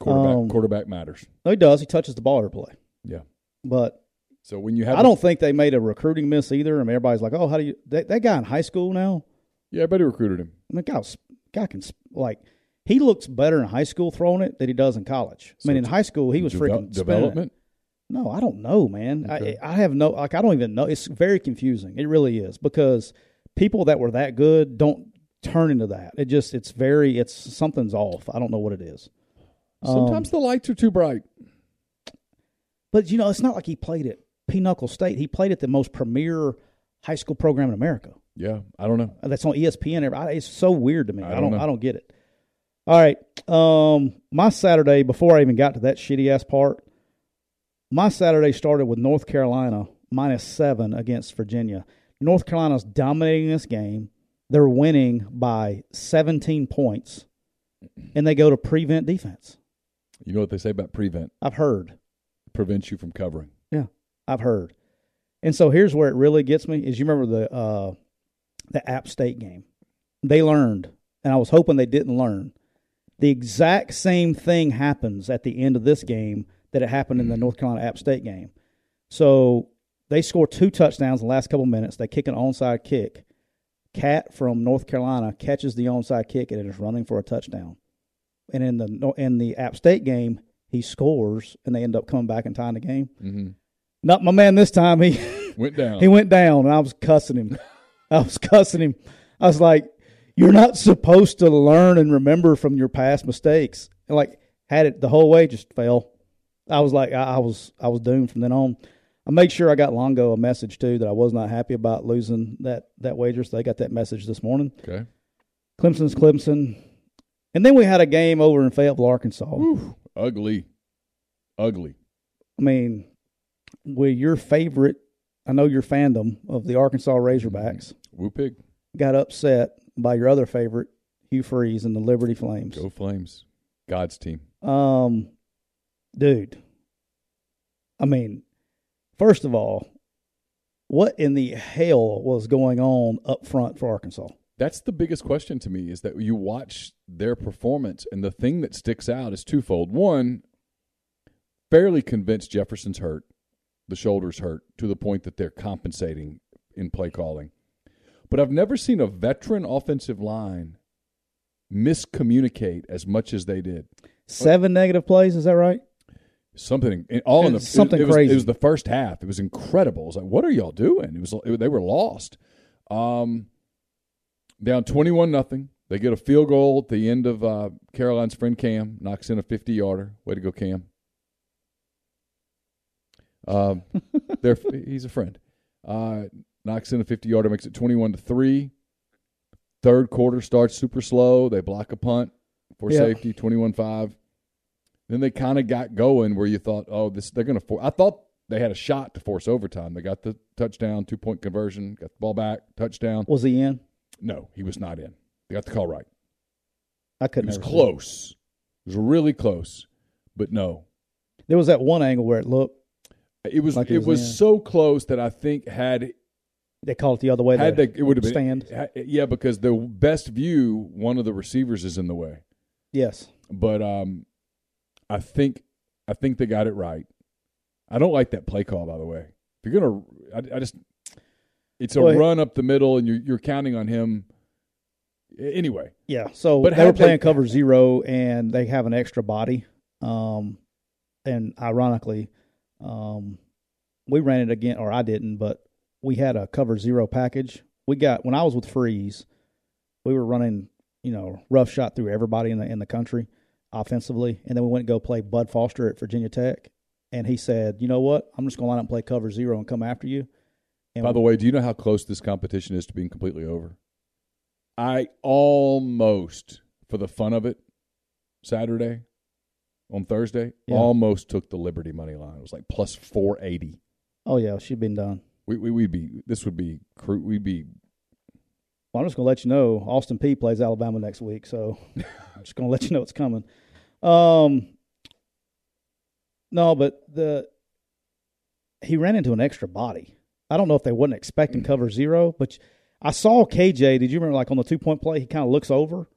Quarterback
Um,
quarterback matters.
No, he does. He touches the ball every play.
Yeah.
But
So when you have
I don't think they made a recruiting miss either. I mean, everybody's like, "Oh, how do you?" That, that guy in high school now.
yeah, everybody recruited him.
I mean, guy, was- guy can sp- like he looks better in high school throwing it than he does in college. I
So
mean, in
de-
high school he was
Deve-
freaking spinning it.
development.
No, I don't know, man.
Okay.
I I have no like I don't even know. It's very confusing. It really is because people that were that good don't turn into that. It just it's very it's something's off. I don't know what it is. Um,
Sometimes the lights are too bright.
but you know, it's not like he played at Pinochle State. He played at the most premier high school program in America.
Yeah, I don't know.
That's on E ESPN. Every- I- It's so weird to me.
I
I
don't
don't. I
know.
don't, get it. All right. Um, my Saturday before I even got to that shitty ass part, my Saturday started with North Carolina minus seven against Virginia. North Carolina's dominating this game. They're winning by 17 points, and they go to prevent defense.
You know what they say about prevent?
I've heard.
Prevents you from covering.
Yeah, I've heard. And so here's where it really gets me is you remember the uh, the App State game. They learned, and I was hoping they didn't learn. The exact same thing happens at the end of this game that it happened in the North Carolina App State game. So they score two touchdowns in the last couple minutes. They kick an onside kick. Cat from North Carolina catches the onside kick and it is running for a touchdown. And in the in the App State game, he scores and they end up coming back and tying the game.
Mm-hmm.
Not my man this time. He
Went down.
he went down and I was cussing him. I was cussing him. I was like, You're not supposed to learn and remember from your past mistakes. And like had it the whole way, just fell. I was like I, I was I was doomed from then on. I made sure I got Longo a message too that I was not happy about losing that that wager. So they got that message this morning.
okay.
Clemson's Clemson. And then we had a game over in Fayetteville, Arkansas.
Whew. Ugly. Ugly.
I mean, with your favorite, I know your fandom of the Arkansas Razorbacks
Woo pig.
got upset by your other favorite, Hugh Freeze and the Liberty Flames.
Go Flames. God's team.
Um, dude, I mean, first of all, what in the hell was going on up front for Arkansas?
That's the biggest question to me is that you watch their performance, and the thing that sticks out is twofold. One, fairly convinced Jefferson's hurt, the shoulder's hurt, to the point that they're compensating in play calling. But I've never seen a veteran offensive line miscommunicate as much as they did.
Seven negative plays, is that right?
Something in- all in the
Something
it was-
crazy.
It was the first half. It was incredible. It was like, what are y'all doing? It was it- they were lost. Um, down twenty-one nothing. They get a field goal at the end of uh, Caroline's friend Cam knocks in a fifty-yarder. Way to go, Cam. Um, they're, he's a friend. Uh, knocks in a fifty-yarder, makes it twenty-one to three. Third quarter starts super slow. They block a punt for
Yeah.
safety, twenty-one-five. Then they kind of got going where you thought, oh, this they're going to. For- I thought they had a shot to force overtime. They got the touchdown, two-point conversion, got the ball back, touchdown.
Was he in?
No, he was not in. They got the call right.
I
It
couldn't.
was
ever see.
close. It was really close, but no.
There was that one angle where it looked
It was
Like he
it
was in.
was so close that I think had
they called it the other way.
had
the
they it would have been
stand.
ha- Yeah, because the best view one of the receivers is in the way.
Yes.
But um, I think I think they got it right. I don't like that play call by the way. If you're gonna, I, I just it's a
Well, he-
run up the middle and you're you're counting on him. A- Anyway,
Yeah. So
But
they were
how'd they-
playing cover zero, and they have an extra body. Um, and ironically, um, we ran it again, or I didn't, but we had a cover zero package. We got when I was with Freeze, we were running, you know, rough shot through everybody in the in the country offensively, and then we went and go play Bud Foster at Virginia Tech, and he said, "You know what? I'm just gonna line up and play cover zero and come after you." And
By the way, do you know how close this competition is to being completely over? I almost, for the fun of it, Saturday, on Thursday,
Yeah.
almost took the Liberty money line. It was like plus four eighty.
oh yeah, she'd been done.
We we we'd be this would be cru- we'd be
Well, I'm just going to let you know Austin P plays Alabama next week, so I'm just going to let you know it's coming. Um, no, but the he ran into an extra body. I don't know if they wasn't expecting cover zero, but I saw KJ. Did you remember, like on the two point play, he kind of looks over,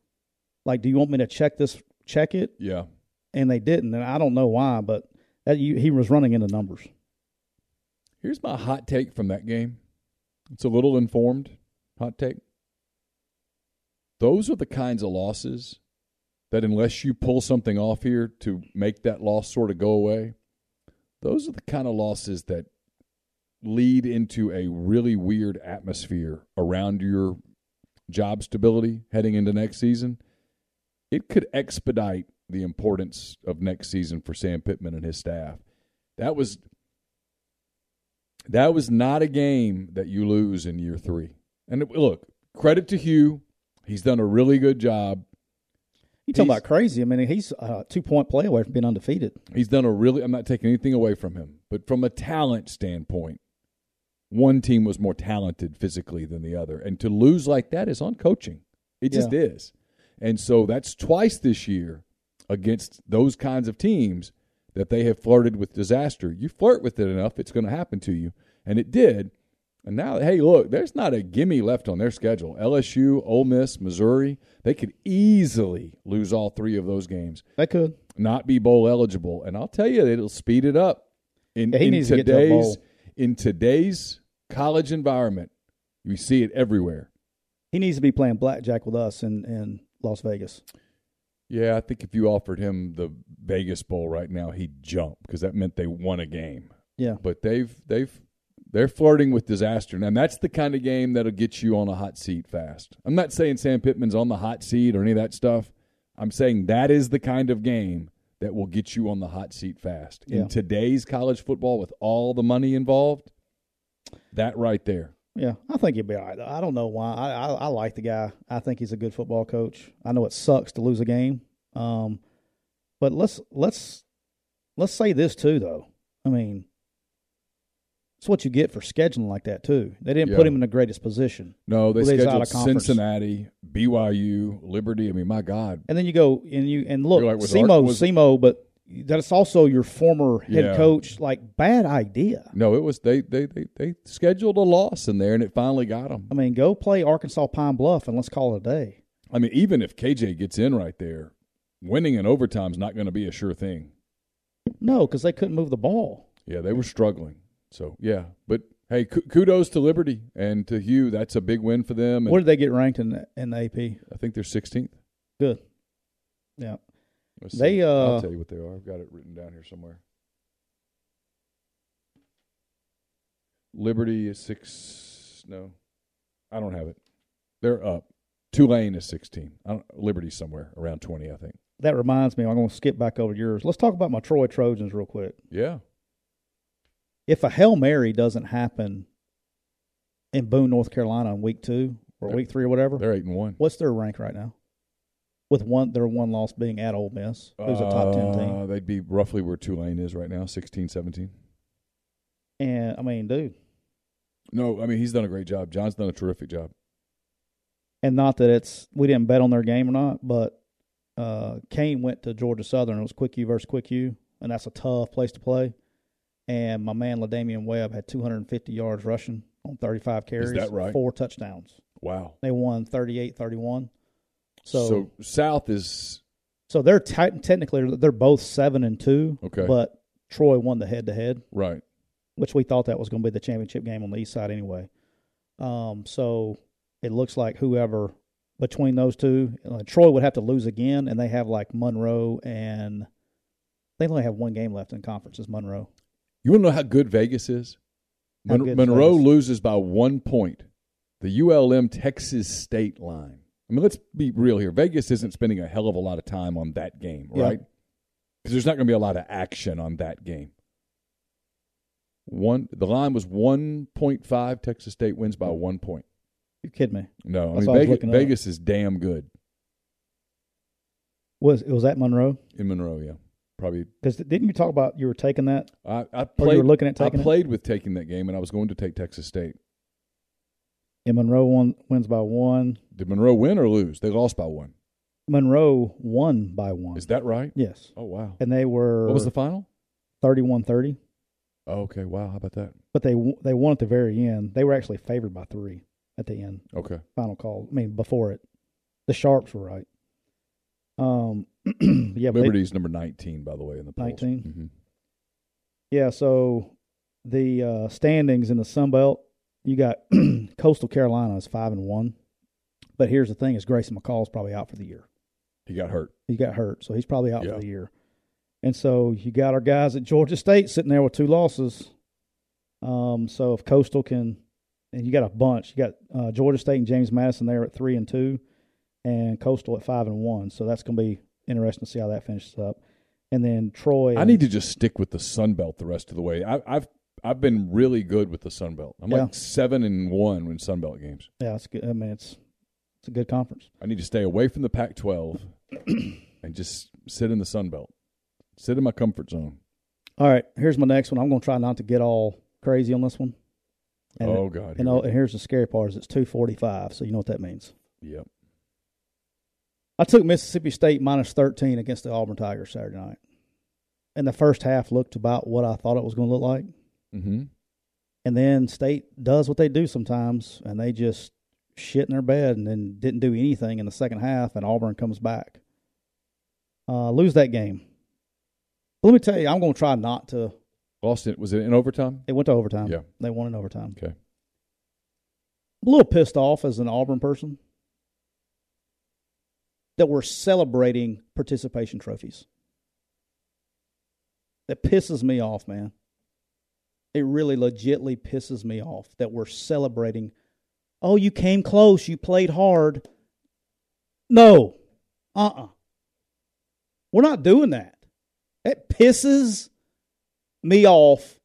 like, "Do you want me to check this? Check it?"
yeah.
And they didn't, and I don't know why, but that, you, he was running into numbers.
Here's my hot take from that game. It's a little informed hot take. Those are the kinds of losses that, unless you pull something off here to make that loss sort of go away, those are the kind of losses that lead into a really weird atmosphere around your job stability heading into next season. It could expedite the importance of next season for Sam Pittman and his staff. That was that was not a game that you lose in year three. And it- look, credit to Hugh. He's done a really good job.
You talking
He's-
about crazy? I mean, he's a two point play away from being undefeated.
He's done a really, I'm not taking anything away from him, but from a talent standpoint, one team was more talented physically than the other. And to lose like that is on coaching. It just
Yeah.
is. And so that's twice this year against those kinds of teams that they have flirted with disaster. You flirt with it enough, it's going to happen to you. And it did. And now, hey, look, there's not a gimme left on their schedule. LSU, Ole Miss, Missouri, they could easily lose all three of those games,
They could.
not be bowl eligible. And I'll tell you, it'll speed it up. In,
Yeah, he
in
needs to get
today's
to a bowl.
in today's college environment, we see it everywhere.
He needs to be playing blackjack with us in, in Las Vegas.
Yeah, I think if you offered him the Vegas Bowl right now, he'd jump because that meant they won a game.
Yeah.
But they've they've they're flirting with disaster, and that's the kind of game that'll get you on a hot seat fast. I'm not saying Sam Pittman's on the hot seat or any of that stuff. I'm saying that is the kind of game that will get you on the hot seat fast.
Yeah.
In today's college football, with all the money involved, that right there.
Yeah, I think he'll be all right. Though. I don't know why. I, I I like the guy. I think he's a good football coach. I know it sucks to lose a game, um, but let's let's let's say this too, though. I mean, it's what you get for scheduling like that too. They didn't put
Yeah.
him in the greatest position,
No, they
Well, he's out
scheduled
of conference.
Cincinnati, BYU, Liberty. I mean, my God,
and then you go and you and look,
You're like, was
Semo,
Art- was-
Semo, but that's also your former head
Yeah.
coach. Like bad idea.
No, it was they they they, they scheduled a loss in there, and it finally got them.
I mean, go play Arkansas Pine Bluff and let's call it a day.
I mean, even if KJ gets in right there, winning in overtime is not going to be a sure thing.
No, because they couldn't move the ball.
Yeah, they were struggling. So yeah, but hey, ku- kudos to Liberty and to Hugh. That's a big win for them. And
Where did they get ranked in the, in the AP?
I think they're 16th.
Good. Yeah.
Let's
They,
see. I'll
uh,
tell you what they are. I've got it written down here somewhere. Liberty is six. No, I don't have it. They're up. Tulane is 16. I don't, Liberty's somewhere around 20, I think.
That reminds me, I'm going to skip back over to yours. Let's talk about my Troy Trojans real quick.
Yeah.
If a Hail Mary doesn't happen in Boone, North Carolina in week two or
They're-
week three or whatever,
They're eight and one.
what's their rank right now? With one their one loss being at Ole Miss, who's a top 10 team.
Uh, They'd be roughly where Tulane is right now, 16, 17.
And I mean, dude,
No, I mean, he's done a great job. John's done a terrific job.
and not that it's, we didn't bet on their game or not, but uh, Kane went to Georgia Southern. It was Quick U versus Quick U, and that's a tough place to play. And my man LaDamian Webb had 250 yards rushing on 35 carries,
that right?
four touchdowns.
Wow.
They won 38-31. So so,
so South is
they're tight, technically they're both 7 and 2.
Okay.
But Troy won the head to head,
right.
which we thought that was going to be the championship game on the east side anyway. Um so it looks like whoever between those two, uh, Troy would have to lose again and they have like Monroe and they only have one game left in conference is Monroe.
You want to know how good Vegas is?
How
Mon-
good
Monroe
Vegas?
loses by one point. The ULM Texas State line. I mean, let's be real here. Vegas isn't spending a hell of a lot of time on that game,
Yeah.
right? Because there's not going to be a lot of action on that game. One, the line was 1.5. Texas State wins
Hmm.
by one point.
You kidding me?
No, I
That's
mean
what I was
Vegas,
looking up.
Vegas is damn good
Was it was that Monroe?
in Monroe. Yeah, probably.
Cuz didn't you talk about Oh, you were taking that?
I, I
were
played.
looking at
I
taking it?
played with taking that game, and I was going to take Texas State.
And Monroe won, wins by 1.
Did Monroe win or lose? They lost by one.
Monroe won by 1.
Is that right?
Yes.
Oh wow.
And they were
What was the final?
31-30,
Oh, okay. Wow. How about that?
but they w- they won at the very end. They were actually favored by 3 at the end.
Okay.
Final call. I mean, before it. The Sharps were right. Um yeah, but they-
Liberty's number nineteen, by the way, in the polls.
19?
Mhm.
yeah, so the uh, standings in the Sun Belt, you got Coastal Carolina is 5 and 1. But here's the thing is Grayson McCall's probably out for the year.
He got hurt.
He got hurt, so he's probably out
Yeah.
for the year. And so you got our guys at Georgia State sitting there with two losses. Um, so if Coastal can, and you got a bunch, you got uh, Georgia State and James Madison there at three and two, and Coastal at five and one. So that's going to be interesting to see how that finishes up. And then Troy,
I need to just stick with the Sun Belt the rest of the way. I, I've I've been really good with the Sun Belt. I'm
Yeah.
like seven and one in Sun Belt games.
yeah, it's good. I mean, it's it's a good conference.
I need to stay away from the Pac 12 and just sit in the Sun Belt, sit in my comfort zone.
All right, here's my next one. I'm going to try not to get all crazy on this one. And,
oh, God. here
and,
we
oh, and here's the scary part is it's two forty five, so you know what that means.
go. yep.
I took Mississippi State minus 13 against the Auburn Tigers Saturday night. And the first half looked about what I thought it was going to look like.
Mm-hmm.
And then state does what they do sometimes, and they just shit in their bed and then didn't do anything in the second half, and Auburn comes back. Uh, lose that game. Let me tell you, I'm going to try not to.
Lost it. Was it in overtime?
They went to overtime.
Yeah.
They won in overtime.
Okay.
I'm a little pissed off as an Auburn person that we're celebrating participation trophies. That pisses me off, man. It really legitly pisses me off that we're celebrating. Oh, you came close. You played hard. No. Uh uh-uh. uh. we are not doing that. That pisses me off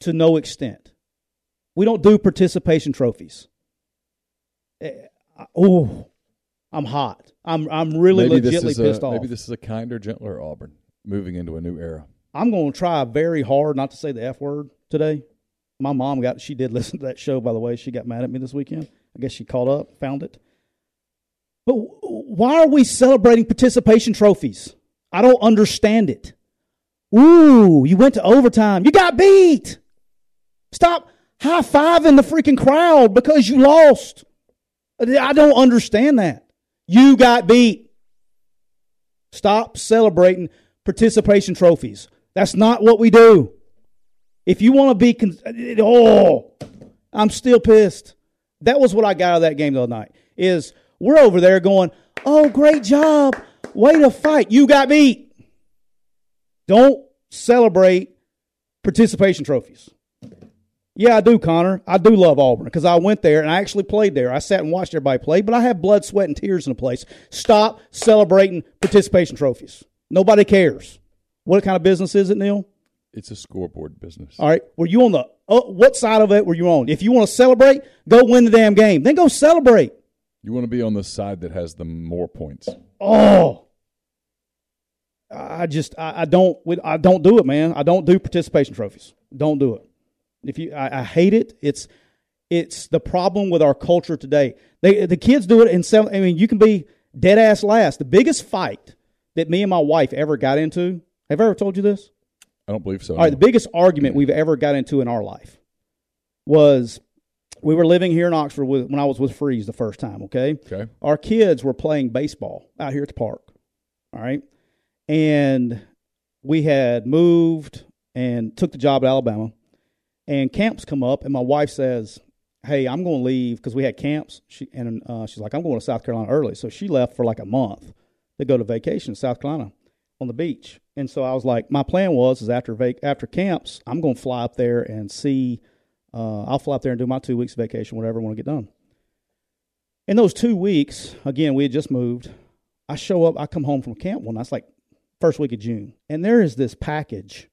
to no extent. We don't do participation trophies. Eh, I- Oh, I'm hot. I'm I'm really
maybe this
legitly
is a-
pissed off.
Maybe this is a kinder, gentler Auburn moving into a new era.
I'm going to try very hard not to say the F word today. My mom got, she did listen to that show, by the way. She got mad at me this weekend. I guess she caught up, found it. But w- why are we celebrating participation trophies? I don't understand it. Ooh, you went to overtime. You got beat. Stop high fiving the freaking crowd because you lost. I don't understand that. You got beat. Stop celebrating participation trophies. That's not what we do. If you want to be, con- it- oh, I'm still pissed. That was what I got out of that game the other night. Is we're over there going, oh, great job, way to fight. You got beat. Don't celebrate participation trophies. Yeah, I do, Connor. I do love Auburn because I went there and I actually played there. I sat and watched everybody play, but I had blood, sweat, and tears in the place. Stop celebrating participation trophies. Nobody cares. What kind of business is it, Neil?
It's a scoreboard business.
All right. Were you on the uh, what side of it were you on? If you want to celebrate, go win the damn game. Then go celebrate.
You want to be on the side that has the more points.
Oh, I just I, I don't we- I don't do it, man. I don't do participation trophies. Don't do it. If you, I, I hate it. It's it's the problem with our culture today. They the kids do it in seven. I mean, you can be dead ass last. The biggest fight that me and my wife ever got into. Have I ever told you this?
I don't believe so.
All right, the biggest argument we've ever got into in our life was we were living here in Oxford with, when I was with Freeze the first time, okay?
Okay.
Our kids were playing baseball out here at the park, all right? And we had moved and took the job at Alabama, and camps come up, and my wife says, Hey, I'm going to leave because we had camps. She, and uh, she's like, I'm going to South Carolina early. So she left for like a month to go to vacation in South Carolina on the beach. And so I was like, my plan was is after vac- after camps, I'm going to fly up there and see. Uh, I'll fly up there and do my two weeks vacation, whatever I want to get done. In those two weeks, again, we had just moved. I show up. I come home from camp one. That's like first week of June, and there is this package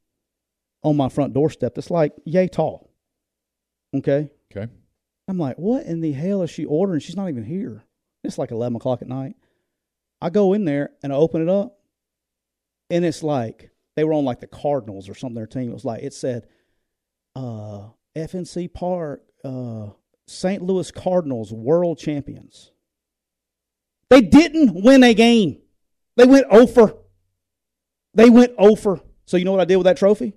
on my front doorstep that's like yay tall. Okay,
Okay.
I'm like, what in the hell is she ordering? She's not even here. It's like 11 o'clock at night. I go in there and I open it up, and it's like they were on like the Cardinals or something, their team. It was like, it said, uh, FNC Park, uh, St. Louis Cardinals World Champions. They didn't win a game. They went over. They went over. So you know what I did with that trophy?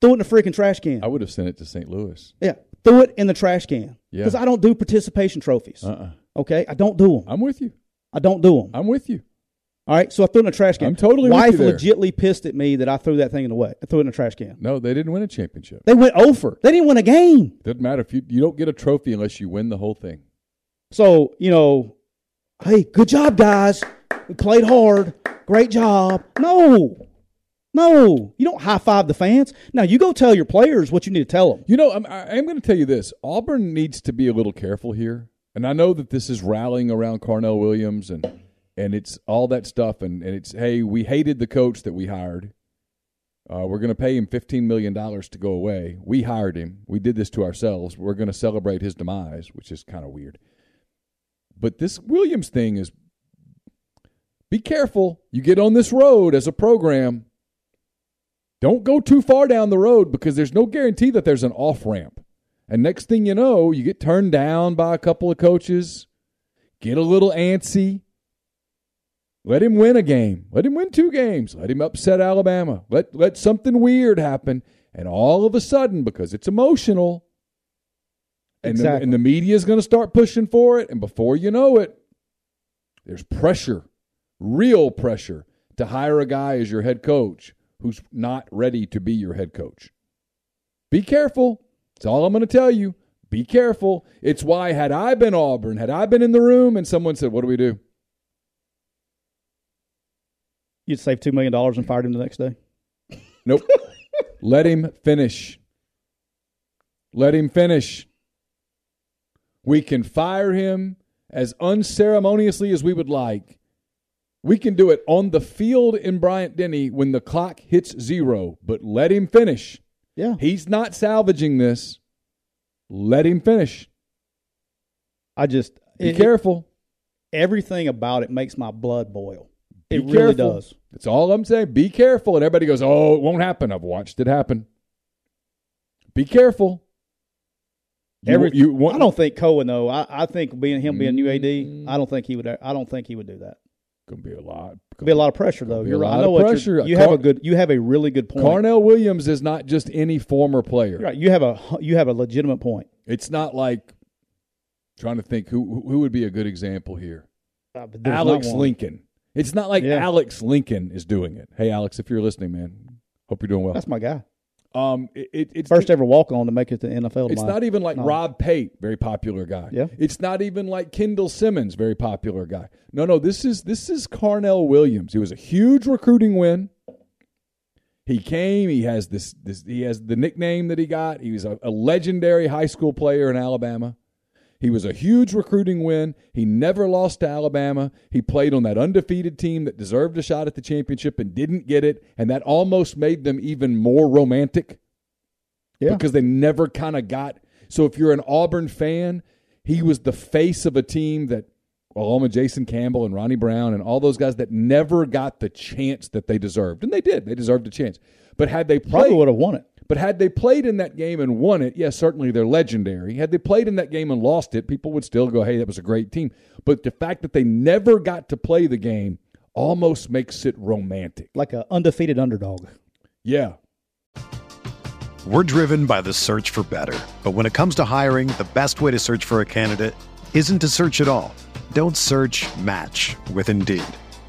Threw it in the freaking trash can.
I would have sent it to St. Louis.
Yeah, threw it in the trash can.
Yeah.
Because I don't do participation trophies.
Uh. uh
Okay, I don't do them.
I'm with you.
I don't do them.
I'm with you.
All right, so I threw it in the trash can.
I'm totally with
Wife
you there.
legitly pissed at me that I threw that thing in the way. I threw it in the trash can.
No, they didn't win a championship.
They went over. They didn't win a game.
Doesn't matter if you you don't get a trophy unless you win the whole thing.
So you know, hey, good job, guys. We played hard. Great job. No, no, you don't high five the fans. Now you go tell your players what you need to tell them.
You know, I'm, I am going to tell you this. Auburn needs to be a little careful here, and I know that this is rallying around Carnell Williams and and it's all that stuff, and and it's hey, we hated the coach that we hired. Uh, we're going to pay him fifteen million dollars to go away. We hired him. We did this to ourselves. We're going to celebrate his demise, which is kind of weird. But this Williams thing is. Be careful. You get on this road as a program. Don't go too far down the road because there's no guarantee that there's an off ramp. And next thing you know, you get turned down by a couple of coaches, get a little antsy. Let him win a game. Let him win two games. Let him upset Alabama. Let let something weird happen. And all of a sudden, because it's emotional, and, the,
Exactly.
and the media is going to start pushing for it. And before you know it, there's pressure, real pressure, to hire a guy as your head coach who's not ready to be your head coach. Be careful. That's all I'm going to tell you. Be careful. It's why, had I been Auburn, had I been in the room and someone said, What do we do?
You'd save $2 million and fired him the next day.
Nope. Let him finish. Let him finish. We can fire him as unceremoniously as we would like. We can do it on the field in Bryant Denny when the clock hits zero, but let him finish.
Yeah.
He's not salvaging this. Let him finish.
I just,
Be
it- it-
careful.
everything about it makes my blood boil.
Be
it really
careful.
does.
That's all I'm saying. Be careful. And everybody goes, oh, it won't happen. I've watched it happen. Be careful. You-
Every-
you want-
I don't think Cohen though. I, I think being him being new
Mm.
AD, I don't think he would. I don't think he would do that.
Gonna be a lot.
It'd be a lot of pressure though.
be a
You're right.
lot
I know
of
what you're-
pressure.
you have
Car-
a good. You have a really good point.
Carnell Williams is not just any former player.
You're right. You have a you have a legitimate point.
It's not like trying to think who who would be a good example here.
Uh, but there's
Alex
not one.
Lincoln. It's not like
Yeah.
Alex Lincoln is doing it. Hey, Alex, if you're listening, man, hope you're doing well.
That's my guy.
Um, it, it, it's
First ever walk on to make it to NFL.
It's
tomorrow.
not even like
No.
Rob Pate, very popular guy.
Yeah.
It's not even like Kendall Simmons, very popular guy. No, no, this is this is Carnell Williams. He was a huge recruiting win. He came, he has this this he has the nickname that he got. He was a, a legendary high school player in Alabama. He was a huge recruiting win. He never lost to Alabama. He played on that undefeated team that deserved a shot at the championship and didn't get it, and that almost made them even more romantic
Yeah.
because they never kind of got. So if you're an Auburn fan, he was the face of a team that, well, Alma Jason Campbell and Ronnie Brown and all those guys that never got the chance that they deserved, and they did. They deserved a chance, but had they
probably
played,
would have won it.
but had they played in that game and won it, yes, certainly they're legendary. Had they played in that game and lost it, people would still go, hey, that was a great team. But the fact that they never got to play the game almost makes it romantic.
Like an undefeated underdog.
Yeah.
We're driven by the search for better. But when it comes to hiring, the best way to search for a candidate isn't to search at all. Don't search match with Indeed.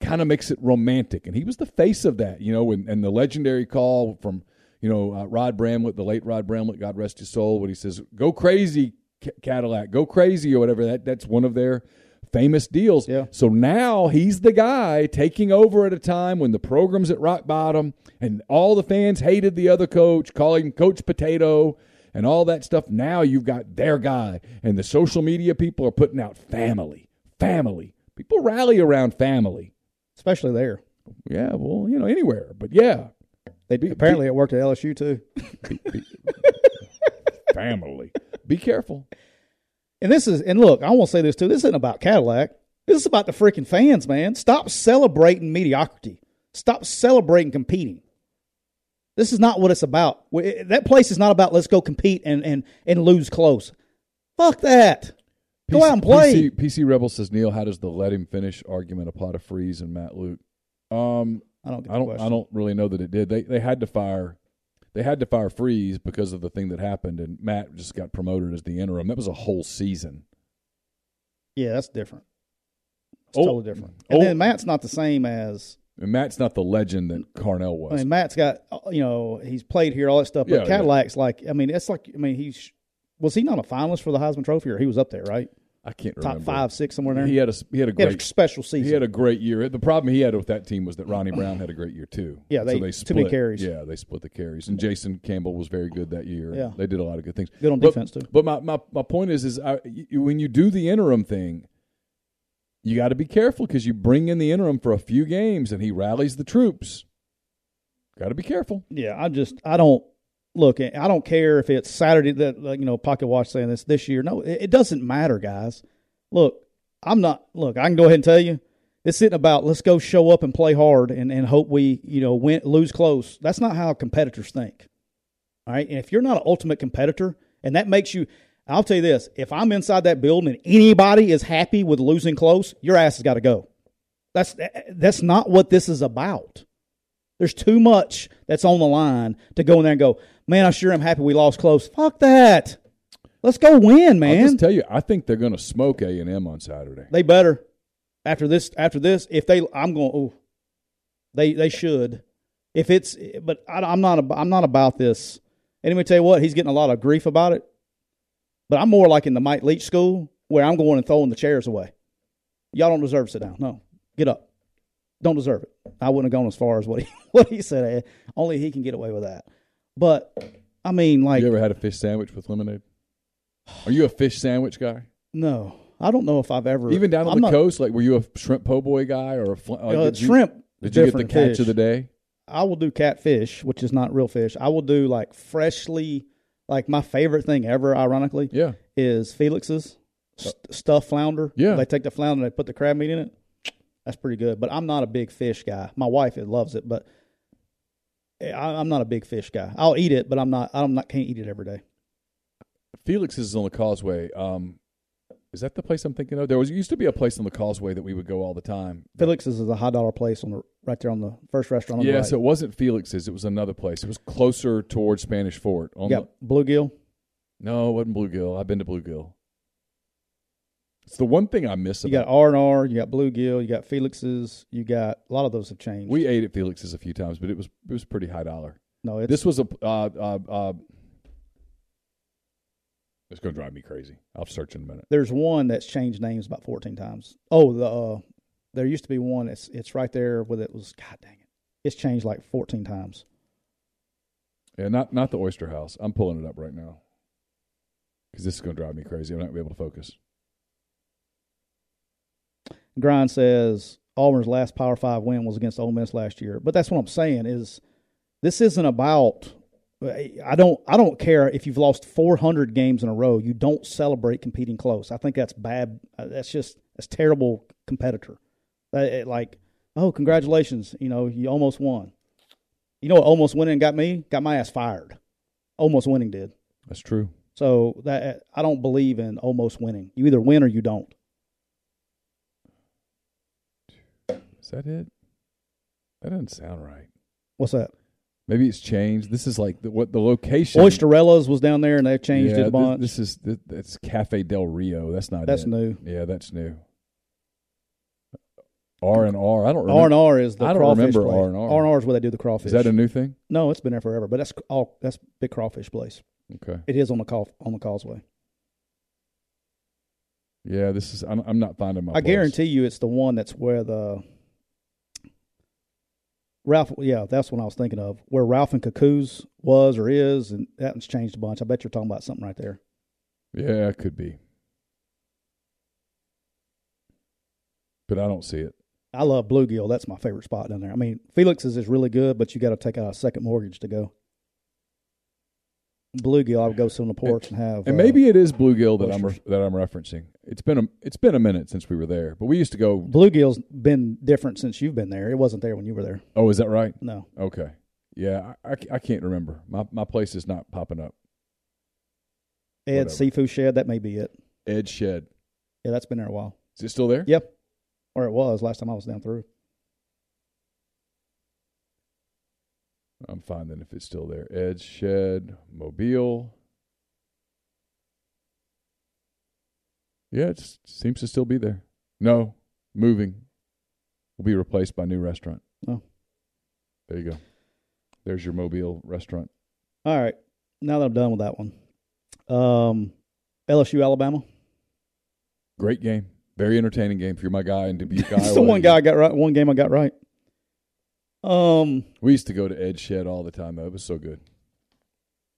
kind of makes it romantic. And he was the face of that, you know, and, and the legendary call from, you know, uh, Rod Bramlett, the late Rod Bramlett, God rest his soul, when he says, go crazy, C- Cadillac, go crazy, or whatever. That That's one of their famous deals.
Yeah.
So now he's the guy taking over at a time when the program's at rock bottom and all the fans hated the other coach, calling him Coach Potato and all that stuff. Now you've got their guy, and the social media people are putting out family, family. People rally around family.
especially there.
Yeah, well, you know, anywhere. But yeah,
They
Be-
apparently it worked at LSU too.
family. Be careful.
And this is, and look, I want to say this too. This isn't about Cadillac. This is about the freaking fans, man. Stop celebrating mediocrity. Stop celebrating competing. This is not what it's about. We- it- That place is not about let's go compete and and and lose close. Fuck that. Go out and
PC,
play.
PC Rebel says, Neil, how does the let him finish argument apply to Freeze and Matt Luke? Um,
I don't get the
I don't.
question.
I don't really know that it did. They they had to fire. They had to fire Freeze because of the thing that happened, and Matt just got promoted as the interim. That was a whole season.
Yeah, that's different. It's
Oh.
totally different. And
Oh.
then Matt's not the same as
And Matt's not the legend that Carnell
I
was.
mean, Matt's got uh, you know he's played here all that stuff,
Yeah,
but
yeah.
Cadillac's like I mean it's like I mean he's was he not a finalist for the Heisman Trophy or he was up there right
I can't
top
remember.
five six somewhere in there.
He had a he had a
He had a
great
special
he
season.
had a great year. The problem he had with that team was that Ronnie Brown had a great year too.
Yeah, they-
so they split.
too many carries.
Yeah, they split the carries. And Jason Campbell was very good that year.
Yeah.
they did a lot of good things.
Good on
But-
defense, too.
But my, my, my point is is I, y- when you do the interim thing, you got to be careful because you bring in the interim for a few games and he rallies the troops. Got to be careful.
yeah, I just I don't look. I don't care if it's Saturday that like, you know Pocket Watch saying this this year. No, it, it doesn't matter, guys. Look, I'm not. Look, I can go ahead and tell you. This isn't about let's go show up and play hard and, and hope we you know win lose close. That's not how competitors think. All right. And if you're not an ultimate competitor, and that makes you, I'll tell you this if I'm inside that building and anybody is happy with losing close, your ass has got to go. That's, that's not what this is about. There's too much that's on the line to go in there and go, man, I sure am happy we lost close. Fuck that. Let's go win,
I'll
man.
just tell you, I think they're going to smoke A and M on Saturday.
they better after this. After this, if they, I'm going. Oh, they they should. If it's, but I, I'm not. ab- I'm not about this. And let me tell you what, he's getting a lot of grief about it. But I'm more like in the Mike Leach school where I'm going and throwing the chairs away. Y'all don't deserve to sit down. No, get up. Don't deserve it. I wouldn't have gone as far as what he what he said. Eh, Only he can get away with that. But I mean, like,
you ever had a fish sandwich with lemonade? Are you a fish sandwich guy?
no, I don't know if I've ever
Even down on
I'm
the
not-
coast, like were you a shrimp po' boy guy or a fl- like,
Uh,
did you-
shrimp.
Did you get the
different
catch
fish.
of the day?
I will do catfish, which is not real fish. I will do like freshly, like my favorite thing ever, ironically,
Yeah,
is Felix's st- stuffed flounder.
Uh, Yeah.
They take the flounder and they put the crab meat in it. That's pretty good. But I'm not a big fish guy. My wife it loves it, but eh, I, I'm not a big fish guy. I'll eat it, but I'm not, I'm not, can't eat it every day.
Felix is on the Causeway. Um, is that the place I'm thinking of? There was used to be a place on the Causeway that we would go all the time.
Felix's is a high dollar place on the, right there on the first restaurant on
yeah,
the right.
so it wasn't Felix's. It was another place. It was closer towards Spanish Fort. On
You
the,
got bluegill.
no, it wasn't Bluegill. I've been to Bluegill. It's the one thing I miss
You
about.
got R&R, you got bluegill, you got Felix's, you got, a lot of those have changed.
we ate at Felix's a few times, but it was it was pretty high dollar.
no, it's,
This was a. Uh, uh, uh, it's going to drive me crazy. I'll search in a minute.
there's one that's changed names about 14 times. Oh, the uh, there used to be one. It's it's right there with it was. God dang it! It's changed like 14 times.
Yeah, not not the Oyster House. I'm pulling it up right now because this is going to drive me crazy. I'm not going to be able to focus.
Grind says Auburn's last Power Five win was against Ole Miss last year. But that's what I'm saying is this isn't about. I don't. I don't care if you've lost 400 games in a row. You don't celebrate competing close. I think that's bad. uh, That's just that's terrible competitor. Uh, it- like, oh, congratulations! You know, you almost won. You know what? Almost winning got me. Got my ass fired. Almost winning did.
That's true.
So that I don't believe in almost winning. You either win or you don't.
Is that it? That doesn't sound right.
What's that?
Maybe it's changed. This is like the, what the location.
Oysterella's was down there and they've changed
Yeah,
it a
thi-
bunch.
This, is thi- that's Cafe Del Rio. That's not.
That's
it.
new.
Yeah, that's new. R and R. I don't remember.
R and R is the
I don't
crawfish
remember
place.
R&R.
R and R is where they do the crawfish.
Is that a new thing?
no? It's been there forever, but that's all. That's a big crawfish place.
Okay.
It is on the call on the causeway.
Yeah, this is. I'm, I'm not finding my.
I
place.
guarantee you, it's the one that's where the Ralph. Yeah, that's what I was thinking of. Where Ralph and Cuckoo's was or is, and that one's changed a bunch. I bet you're talking about something right there.
Yeah, it could be. But I don't see it.
I love bluegill. That's my favorite spot down there. I mean, Felix's is really good, but you got to take out a second mortgage to go. Bluegill, I would go sit on the porch and, have.
And
uh,
maybe it is bluegill that I'm
oysters.
that I'm referencing. It's been a it's been a minute since we were there, but we used to go.
bluegill's been different since you've been there. It wasn't there when you were there.
Oh, is that right?
No,
Okay. Yeah, I, I c- I can't remember. My my place is not popping up.
Ed
Whatever.
Seafood Shed. That may be it.
Ed Shed.
Yeah, that's been there a while.
Is it still there?
Yep, or it was last time I was down through.
I'm finding if it's still there. Ed Shed Mobile. Yeah, it s- seems to still be there. No, moving. Will be replaced by new restaurant.
Oh.
There you go. There's your Mobile restaurant.
All right. Now that I'm done with that one, um, LSU Alabama.
Great game. Very entertaining game. If you're my guy in Dubuque,
It's the
Iowa,
one guy I got right. One game I got right. Um,
We used to go to Ed Shed all the time. Though it was so good.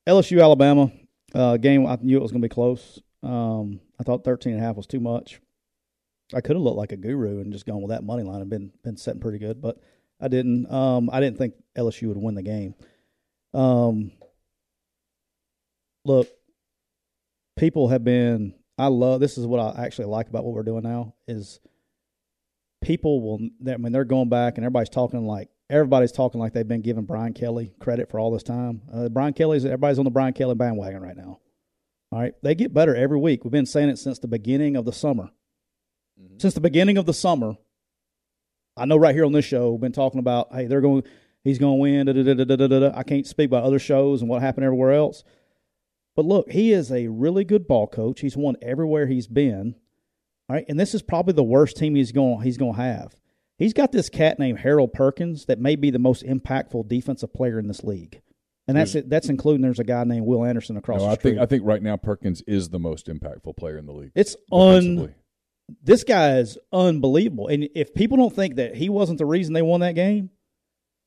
LSU Alabama uh, game. I knew it was going to be close. Um, I thought 13 and a half was too much. I could have looked like a guru and just gone with that money line and been been setting pretty good, but I didn't. Um, I didn't think LSU would win the game. Um, look, people have been. I love this is what I actually like about what we're doing now is people will. I mean, they're going back and everybody's talking like everybody's talking like they've been giving Brian Kelly credit for all this time. Uh, Brian Kelly's everybody's on the Brian Kelly bandwagon right now. All right, they get better every week. We've been saying it since the beginning of the summer.
Mm-hmm.
Since the beginning of the summer, I know right here on this show, we've been talking about hey, they're going, he's going to win. Da, da, da, da, da, da, da. I can't speak about other shows and what happened everywhere else. But look, he is a really good ball coach. He's won everywhere he's been. All right, and this is probably the worst team he's going he's going to have. He's got this cat named Harold Perkins that may be the most impactful defensive player in this league, and that's it. That's including there's a guy named Will Anderson across
No,
the
I
street.
think I think right now Perkins is the most impactful player in the league.
it's un
defensively.
this guy is unbelievable. And if people don't think that he wasn't the reason they won that game,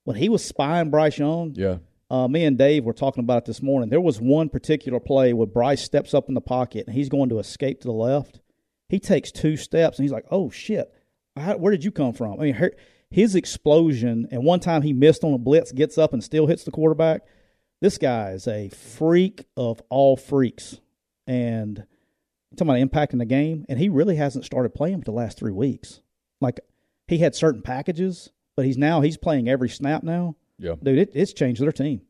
when he was spying Bryce Young,
Yeah.
uh, me and Dave were talking about it this morning. There was one particular play where Bryce steps up in the pocket and he's going to escape to the left. He takes two steps and he's like, "Oh shit, How, where did you come from?" I mean, her, his explosion and one time he missed on a blitz, gets up and still hits the quarterback. This guy is a freak of all freaks, and I'm talking about impacting the game. And he really hasn't started playing for the last three weeks. Like he had certain packages, but he's now he's playing every snap now
Yeah.
dude, it, it's changed their team.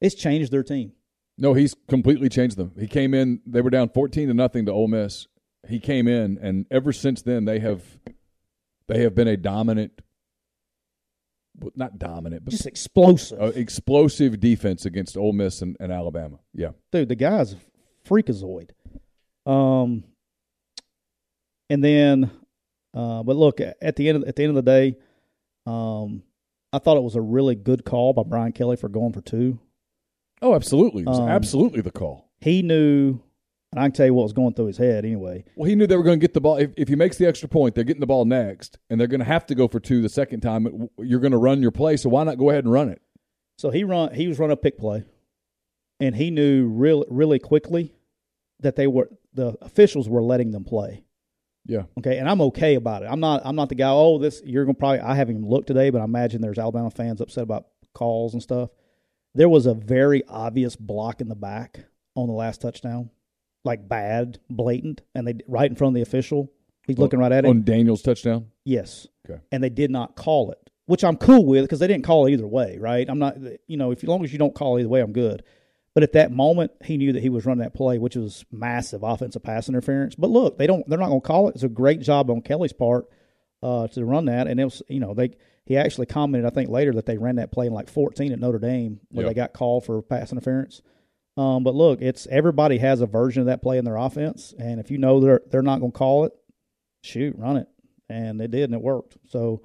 It's changed their team.
No, he's completely changed them. He came in; they were down fourteen to nothing to Ole Miss. He came in, and ever since then, they have they have been a dominant, well, not dominant, but
Just explosive,
uh, explosive defense against Ole Miss and, and Alabama. Yeah,
dude. The guy's a freakazoid. Um, and then, uh, but look at at the end of, at the end of the day, um, I thought it was a really good call by Brian Kelly for going for two.
oh, absolutely, it was
Um,
absolutely the call.
He knew, and I can tell you what was going through his head anyway.
Well, he knew they were going to get the ball. If, if he makes the extra point, they're getting the ball next, and they're going to have to go for two the second time. You're going to run your play, so why not go ahead and run it?
So he run he was running a pick play, and he knew real really quickly that they were the officials were letting them play.
Yeah,
Okay, and I'm okay about it. I'm not. I'm not the guy. Oh, this you're gonna probably. I haven't even looked today, but I imagine there's Alabama fans upset about calls and stuff. There was a very obvious block in the back on the last touchdown, like bad, blatant, and they right in front of the official. He's looking right at him.
on Daniel's touchdown.
Yes.
Okay.
And they did not call it, which I'm cool with because they didn't call it either way, right? I'm not, you know, if as long as you don't call either way, I'm good. But at that moment, he knew that he was running that play, which was massive offensive pass interference. But look, they don't, they're not going to call it. It's a great job on Kelly's part uh, to run that, and it was, you know, they. He actually commented, I think, later that they ran that play in like 14 at Notre Dame where
Yeah.
they got called for pass interference. Um, but look, it's everybody has a version of that play in their offense, and if you know they're they're not going to call it, shoot, run it. And they did, and it worked. So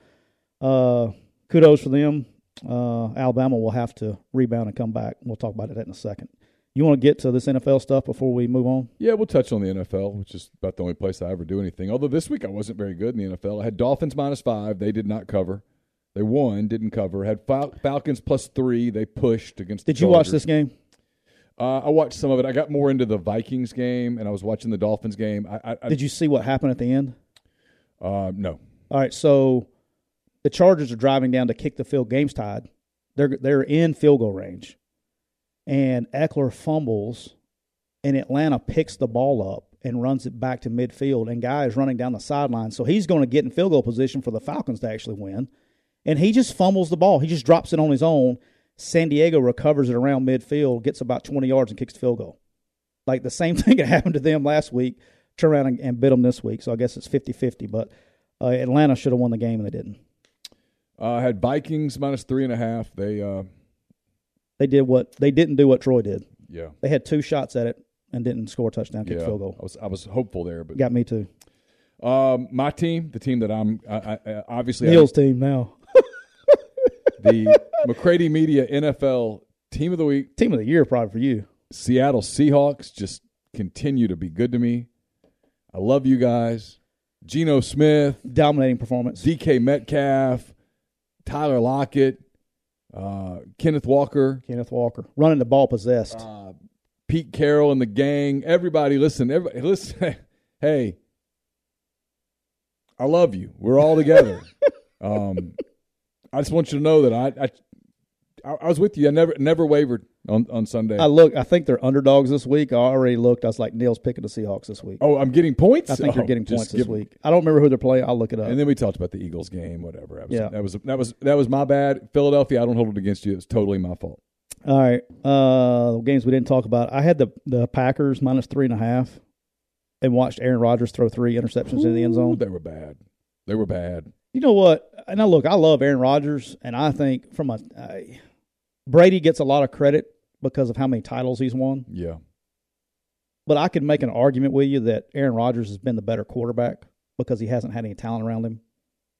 uh, kudos for them. Uh, Alabama will have to rebound and come back. We'll talk about it in a second. You want to get to this NFL stuff before we move on?
Yeah, we'll touch on the NFL, which is about the only place I ever do anything. Although this week I wasn't very good in the NFL. I had Dolphins minus five. They did not cover. They won, didn't cover. Had Fal- Falcons plus three. They pushed against.
Did
the
you watch
Chargers.
this game?
Uh, I watched some of it. I got more into the Vikings game, and I was watching the Dolphins game. I, I, I
Did you see what happened at the end?
Uh, no.
All right, so the Chargers are driving down to kick the field. Game's tied. They're they're in field goal range, and Eckler fumbles, and Atlanta picks the ball up and runs it back to midfield. And guy is running down the sideline, so he's going to get in field goal position for the Falcons to actually win. And he just fumbles the ball. He just drops it on his own. San Diego recovers it around midfield, gets about twenty yards, and kicks the field goal. Like the same thing that happened to them last week. Turn around and, and bit them this week. So I guess it's 50-50, but. Uh, Atlanta should have won the game and they didn't.
Uh, I had Vikings minus three and a half. They, uh,
They did what they didn't do what Troy did.
yeah,
They had two shots at it and didn't score a touchdown, kick
yeah.
a field goal.
I was I was hopeful there, but
Got me too.
um, my team, the team that I'm, I, I, I- obviously I-
Neil's team now.
the McCready Media NFL Team of the Week,
Team of the year probably for you.
Seattle Seahawks, just continue to be good to me. I love you guys. Geno Smith,
Dominating performance.
DK Metcalf, Tyler Lockett, uh, Kenneth Walker.
Kenneth Walker running the ball possessed.
uh, Pete Carroll and the gang. Everybody, listen. Everybody, listen. hey, I love you. We're all together. um, I just want you to know that I, I, I, I was with you. I never, never wavered on on Sunday.
I look. I think they're underdogs this week. I already looked. I was like, Neil's picking the Seahawks this week.
oh, I'm getting points.
I think
Oh,
you're getting
just
points this
give-
week. I don't remember who they're playing. I'll look it up.
And then we talked about the Eagles game. Whatever. I was,
Yeah.
That was that was that was my bad. Philadelphia. I don't hold it against you. It's totally my fault.
All right. Uh games we didn't talk about. I had the the Packers minus three and a half and watched Aaron Rodgers throw three interceptions in the end
Ooh,
zone.
They were bad. They were bad.
You know what? And I look, I love Aaron Rodgers, and I think from a I, Brady gets a lot of credit because of how many titles he's won.
Yeah.
But I could make an argument with you that Aaron Rodgers has been the better quarterback because he hasn't had any talent around him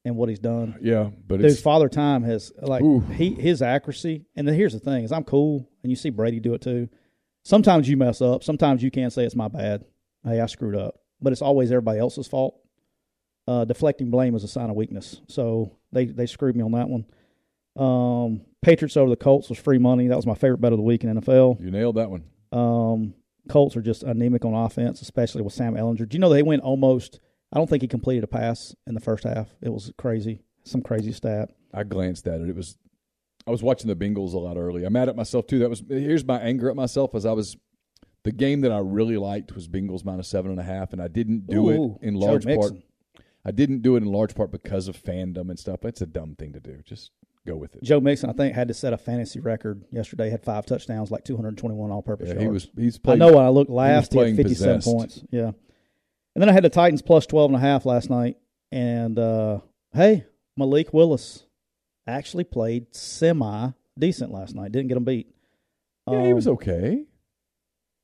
and what he's done.
Yeah. But
Dude,
it's
Father Time has like
Ooh.
he his accuracy. And then here's the thing: is I'm cool, and you see Brady do it too. Sometimes you mess up. Sometimes you can't say it's my bad. Hey, I screwed up, but it's always everybody else's fault. Uh, deflecting blame is a sign of weakness. So they they screwed me on that one. Um, Patriots over the Colts was free money. That was my favorite bet of the week in NFL.
you nailed that one.
Um, Colts are just anemic on offense, especially with Sam Ellinger. Do you know they went almost? I don't think he completed a pass in the first half. It was crazy. Some crazy stat.
I glanced at it. It was I was watching the Bengals a lot early. I'm mad at myself too. That was here's my anger at myself as I was the game that I really liked was Bengals minus seven and a half, and I didn't do
Ooh,
it in
Joe
large part.
Mixon.
I didn't do it in large part because of fandom and stuff. That's a dumb thing to do. Just go with it.
Joe Mixon, I think, had to set a fantasy record yesterday. Had five touchdowns, like 221 all-purpose
Yeah,
yards.
he was he's
I
played.
know. when I looked last. He,
playing
had 57
possessed.
points. Yeah. And then I had the Titans plus 12 and a half last night. And uh, hey, Malik Willis actually played semi decent last night. Didn't get him beat.
Yeah, he
Um,
was okay.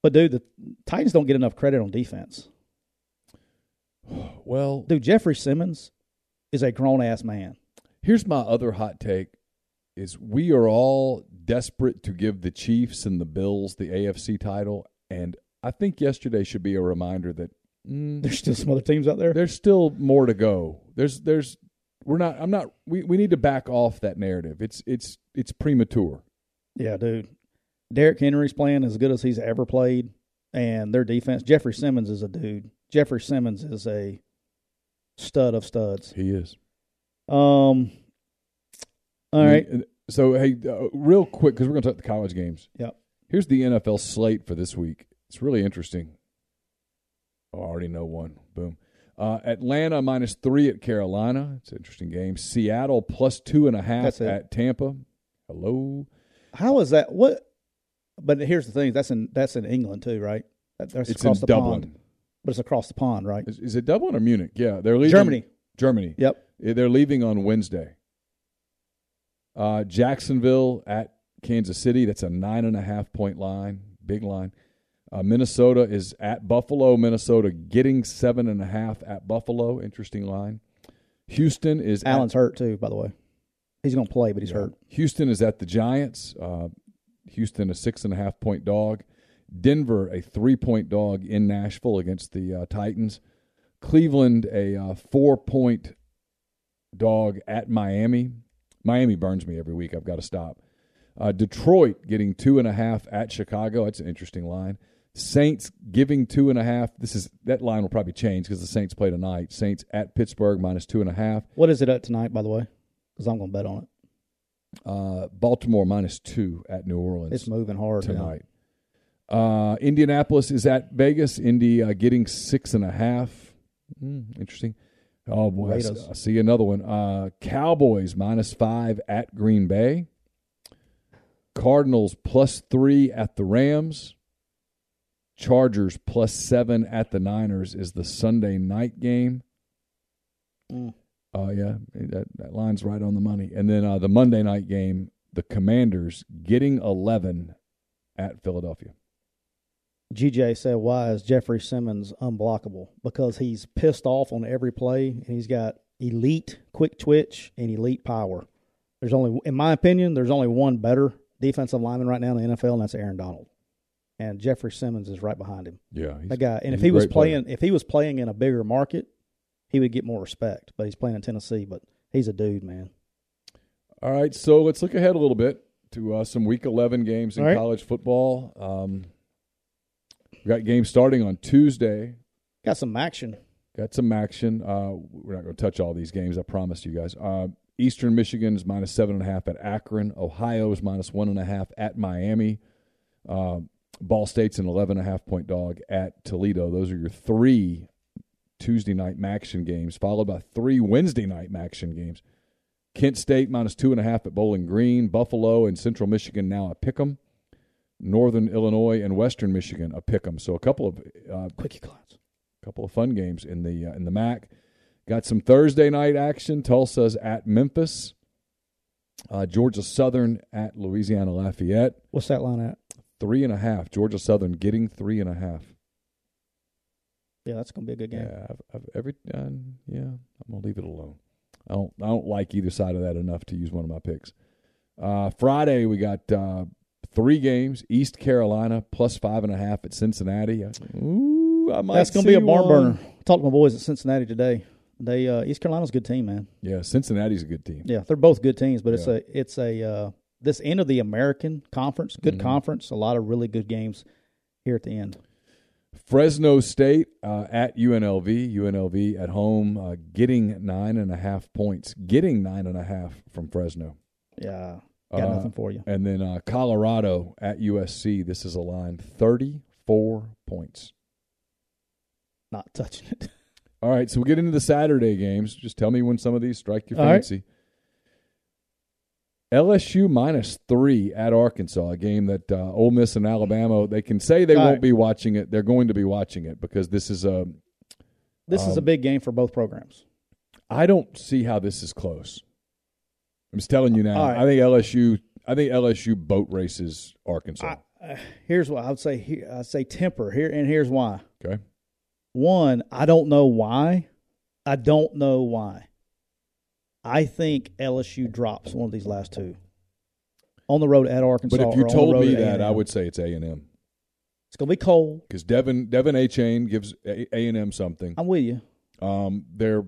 But dude, the Titans don't get enough credit on defense.
Well,
Dude, Jeffrey Simmons is a grown ass man.
here's my other hot take: is we are all desperate to give the Chiefs and the Bills the AFC title, and I think yesterday should be a reminder that. mm,
There's still some other teams out there.
there's still more to go. There's there's we're not I'm not we, we need to back off that narrative. It's it's it's premature.
Yeah, dude. Derrick Henry's playing as good as he's ever played, and their defense. Jeffrey Simmons is a dude. Jeffrey Simmons is a stud of studs.
He is.
Um. All right.
So hey, uh, real quick cuz we're going to talk the college games.
Yep.
Here's the NFL slate for this week. It's really interesting. Oh, I already know one. Boom. Uh, Atlanta minus three at Carolina. It's an interesting game. Seattle plus two and a half
That's it.
at Tampa. Hello.
How is that? What? But here's the thing. That's in that's in England too, right? That, that's
It's in
across the
Dublin.
pond. But it's across the pond, right?
Is, is it Dublin or Munich? Yeah, they're leaving.
Germany.
Germany.
Yep.
Yeah, They're leaving on Wednesday. Uh, Jacksonville at Kansas City. That's a nine and a half point line, big line. Uh, Minnesota is at Buffalo. Minnesota getting seven and a half at Buffalo. Interesting line. Houston is at-
Allen's hurt too, by the way. He's going to play, but he's hurt.
Houston is at the Giants. Uh, Houston a six and a half point dog. Denver, a three point dog in Nashville against the uh, Titans. Cleveland, a uh, four point dog at Miami. Miami burns me every week. I've got to stop. Uh, Detroit getting two and a half at Chicago. That's an interesting line. Saints giving two and a half. This is that line will probably change because the Saints play tonight. Saints at Pittsburgh minus two and a half.
What is it at tonight, by the way? Because I'm going to bet on it.
Uh, Baltimore minus two at New Orleans
It's moving hard now.
tonight. Uh, Indianapolis is at Vegas. Indy uh, getting six and a half. Hmm, interesting. Oh boy, I s-
Raiders.
I see another one. Uh, Cowboys minus five at Green Bay. Cardinals plus three at the Rams. Chargers plus seven at the Niners is the Sunday night game.
Mm.
Oh yeah, that, that line's right on the money. And then uh, the Monday night game, the Commanders getting eleven at Philadelphia.
GJ said, "Why is Jeffrey Simmons unblockable? Because he's pissed off on every play, and he's got elite quick twitch and elite power. There's only, in my opinion, there's only one better defensive lineman right now in the NFL, and that's Aaron Donald. And Jeffrey Simmons is right behind him.
Yeah,
That guy,
he's
and if
a
he was
great player.
playing, if he was playing in a bigger market, he would get more respect. But he's playing in Tennessee, but he's a dude, man.
All right, so let's look ahead a little bit to uh, some Week 11 games in
All right.
college football. Um, we got games starting on Tuesday.
Got some action.
Got some action. Uh, we're not going to touch all these games, I promise you guys. Uh, Eastern Michigan is minus seven and a half at Akron. Ohio is minus one and a half at Miami. Uh, Ball State's an 11 and a half point dog at Toledo. Those are your three Tuesday night Maction games, followed by three Wednesday night Maction games. Kent State minus two and a half at Bowling Green. Buffalo and Central Michigan now a pick 'em. Northern Illinois and Western Michigan a pick 'em. So a couple of uh,
Quickie clients.
couple of fun games in the uh, in the MAC. Got some Thursday night action. Tulsa's at Memphis. Uh, Georgia Southern at Louisiana Lafayette.
What's that line at?
Three and a half. Georgia Southern getting three and a half.
Yeah, that's gonna be a good game.
Yeah, I've, I've every uh, yeah, I'm gonna leave it alone. I don't I don't like either side of that enough to use one of my picks. Uh, Friday we got uh, three games. East Carolina plus five and a half at Cincinnati. Ooh, I might.
That's going to be a
see
barn
one.
burner. I talked to my boys at Cincinnati today. They uh, East Carolina's a good team, man.
Yeah, Cincinnati's a good team.
Yeah, they're both good teams, but it's
Yeah.
a it's a uh, this end of the American Conference, good
Mm-hmm.
conference, a lot of really good games here at the end.
Fresno State uh, at UNLV. UNLV at home, uh, getting nine and a half points, getting nine and a half from Fresno.
Yeah, got
Uh,
nothing for you.
And then uh, Colorado at USC. This is a line 34 points.
Not touching it.
All right, so we'll get into the Saturday games. Just tell me when some of these strike your
All right.
fancy. LSU minus three at Arkansas, a game that uh, Ole Miss and Alabama, they can say they
All
won't
right.
be watching it. They're going to be watching it because this is a.
This is a
Um,
big game for both programs.
I don't see how this is close. I'm just telling you now.
All right.
I think LSU. I think LSU boat races Arkansas.
I, uh, here's what I would say. Here, I say temper here, and here's why.
okay.
One, I don't know why. I don't know why. I think LSU drops one of these last two on the road at Arkansas.
But if you
or on the
told
road
me
at
that, I
A&M.
would say it's A and M
It's gonna be cold.
because Devin Devin A Chain gives A and M something.
I'm with you.
Um, they're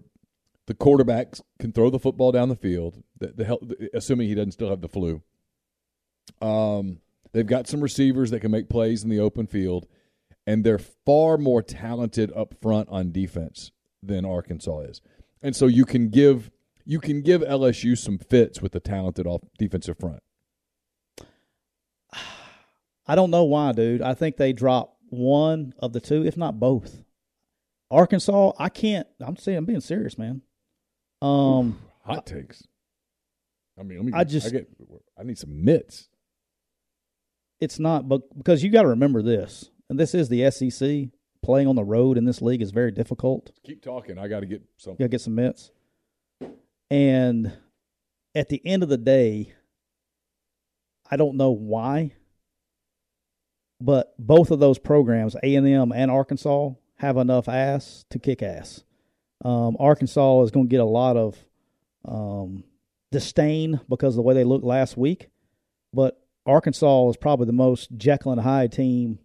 the quarterbacks can throw the football down the field. The, the hel- assuming he doesn't still have the flu. Um, they've got some receivers that can make plays in the open field, and they're far more talented up front on defense than Arkansas is. And so you can give you can give LSU some fits with the talented off defensive front.
I don't know why, dude. I think they drop one of the two, if not both. Arkansas, I can't. I'm saying I'm being serious, man. Um,
Hot takes. I mean, let me,
I just-
I, get, I need some mitts.
it's not, but because you got to remember this, and this is the SEC. Playing on the road in this league is very difficult.
Keep talking. I got to get something.
You gotta get some mitts. And at the end of the day, I don't know why, but both of those programs, A and M and Arkansas, have enough ass to kick ass. Um, Arkansas is going to get a lot of um, disdain because of the way they looked last week, but Arkansas is probably the most Jekyll and Hyde team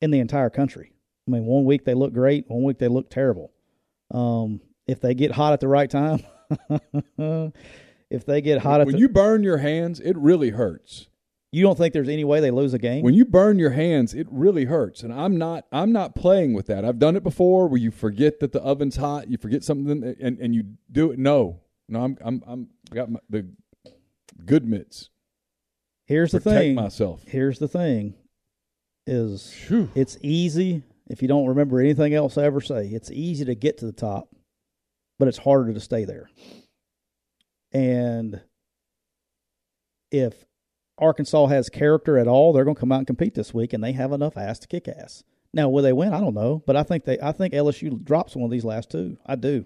in the entire country. I mean, one week they look great, one week they look terrible. Um, if they get hot at the right time, if they get hot at
When
the,
you burn your hands, it really hurts.
you don't think there's any way they lose a game?
When you burn your hands, it really hurts. And I'm not I'm not playing with that. I've done it before where you forget that the oven's hot, you forget something and, and you do it. No. No, I'm I'm I'm I got my, the good mitts.
Here's the
Protect
thing.
myself.
Here's the thing is
Phew.
it's easy if you don't remember anything else I ever say. It's easy to get to the top, but it's harder to stay there. And if Arkansas has character at all, they're going to come out and compete this week, and they have enough ass to kick ass. Now, will they win? I don't know, but I think they. I think LSU drops one of these last two. I do.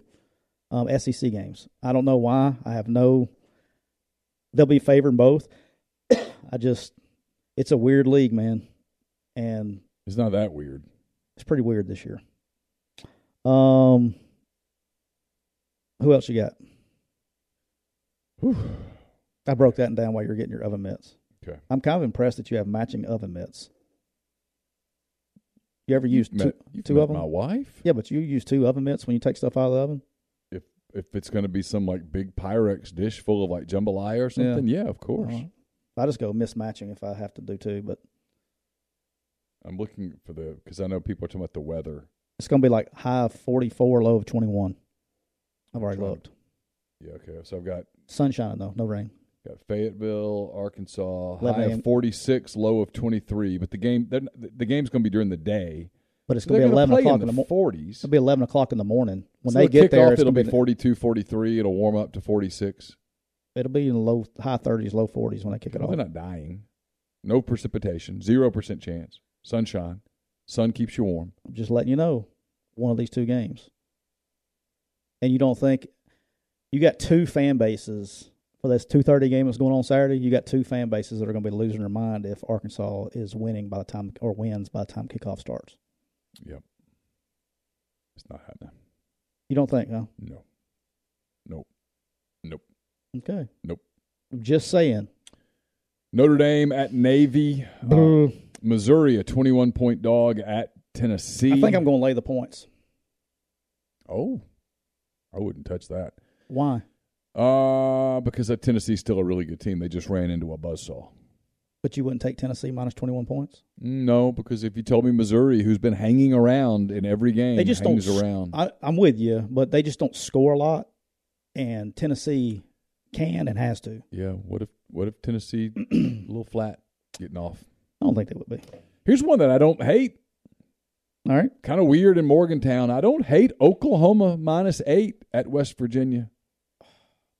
Um, SEC games. I don't know why. I have no. They'll be favored in both. I just, it's a weird league, man, and
It's not that weird.
it's pretty weird this year. Um, who else you got?
Whew.
I broke that down while you were getting your oven mitts.
Okay.
I'm kind of impressed that you have matching oven mitts. You ever use two,
Met- you've
two
met
of them?
My wife.
Yeah, but you use two oven mitts when you take stuff out of the oven.
If if it's going to be some like big Pyrex dish full of like jambalaya or something, yeah, of course.
Uh-huh. I just go mismatching if I have to do two, but
I'm looking for the because I know people are talking about the weather.
it's going to be like high of 44, low of 21. I've already
Trying to-
looked.
Yeah, okay. So I've got
Sunshine though, no rain.
Got Fayetteville, Arkansas,
11
high
a.m.
of 46, low of 23. But the game, they're not- the game's going to be during the day.
But it's
So
going to
they're
be
gonna
11
play
o'clock in
in
the morning.
40s.
It'll be 11 o'clock in the morning. When
So
they
the
get there,
kickoff,
it's
it'll
gonna
be
the-
42, 43. It'll warm up to 46.
It'll be in the low high thirties, low forties when they kick it
Well, they're
off.
not dying. No precipitation, zero percent chance. Sunshine, sun keeps you warm.
I'm just letting you know, one of these two games. And you don't think you got two fan bases for this two thirty game that's going on Saturday. You got two fan bases that are going to be losing their mind if Arkansas is winning by the time or wins by the time kickoff starts.
Yep, it's not happening.
You don't think, huh?
No, nope, nope.
Okay.
Nope.
I'm just saying.
Notre Dame at Navy, uh,
I
Missouri, a twenty-one point dog at Tennessee.
think I'm going to lay the points.
Oh, I wouldn't touch that.
Why?
Uh, because that Tennessee's still a really good team. They just ran into a buzzsaw.
But you wouldn't take Tennessee minus twenty one points.
No, because if you told me Missouri, who's been hanging around in every game,
They just don't
hangs
s-
around.
I, I'm with you, but they just don't score a lot, and Tennessee can and has to.
yeah, what if what if Tennessee a little flat getting off?
I don't think they would be.
Here's one that I don't hate.
All right,
Kind of weird in Morgantown. I don't hate Oklahoma minus eight at West Virginia.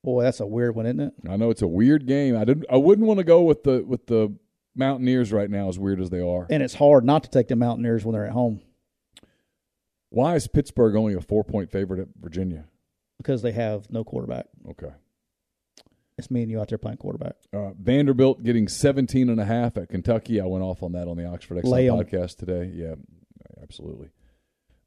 boy, that's a weird one, isn't it?
I know it's a weird game. I didn't. I wouldn't want to go with the with the Mountaineers right now, as weird as they are.
And it's hard not to take the Mountaineers when they're at home
Why is Pittsburgh only a four point favorite at Virginia?
because they have no quarterback.
Okay.
It's me and you out there playing quarterback.
Uh, Vanderbilt getting 17 and a half at Kentucky. I went off on that on the Oxford Excellence
Lay 'em.
podcast today. Yeah, absolutely.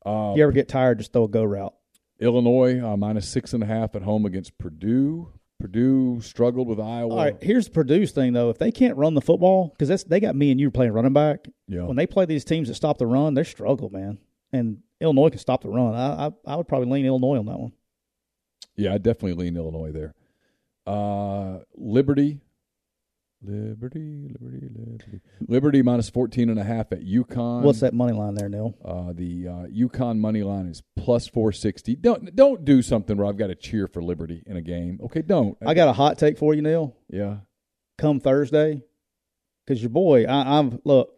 Uh,
If you ever get tired, just throw a go route.
Illinois uh, minus six and a half at home against Purdue. Purdue struggled with Iowa.
All right, here's Purdue's thing though. If they can't run the football, because that's they got me and you playing running back.
Yeah.
When they play these teams that stop the run, they struggle, man. And Illinois can stop the run. I I, I would probably lean Illinois on that one.
Yeah, I definitely lean Illinois there. Uh, Liberty. Liberty, Liberty, Liberty. Liberty minus 14 and a half at UConn.
What's that money line there, Neil?
Uh, the uh, Yukon money line is plus four sixty. Don't don't do something where I've got to cheer for Liberty in a game. Okay, don't.
I got a hot take for you, Neil.
yeah.
come Thursday, because your boy, I, I'm look.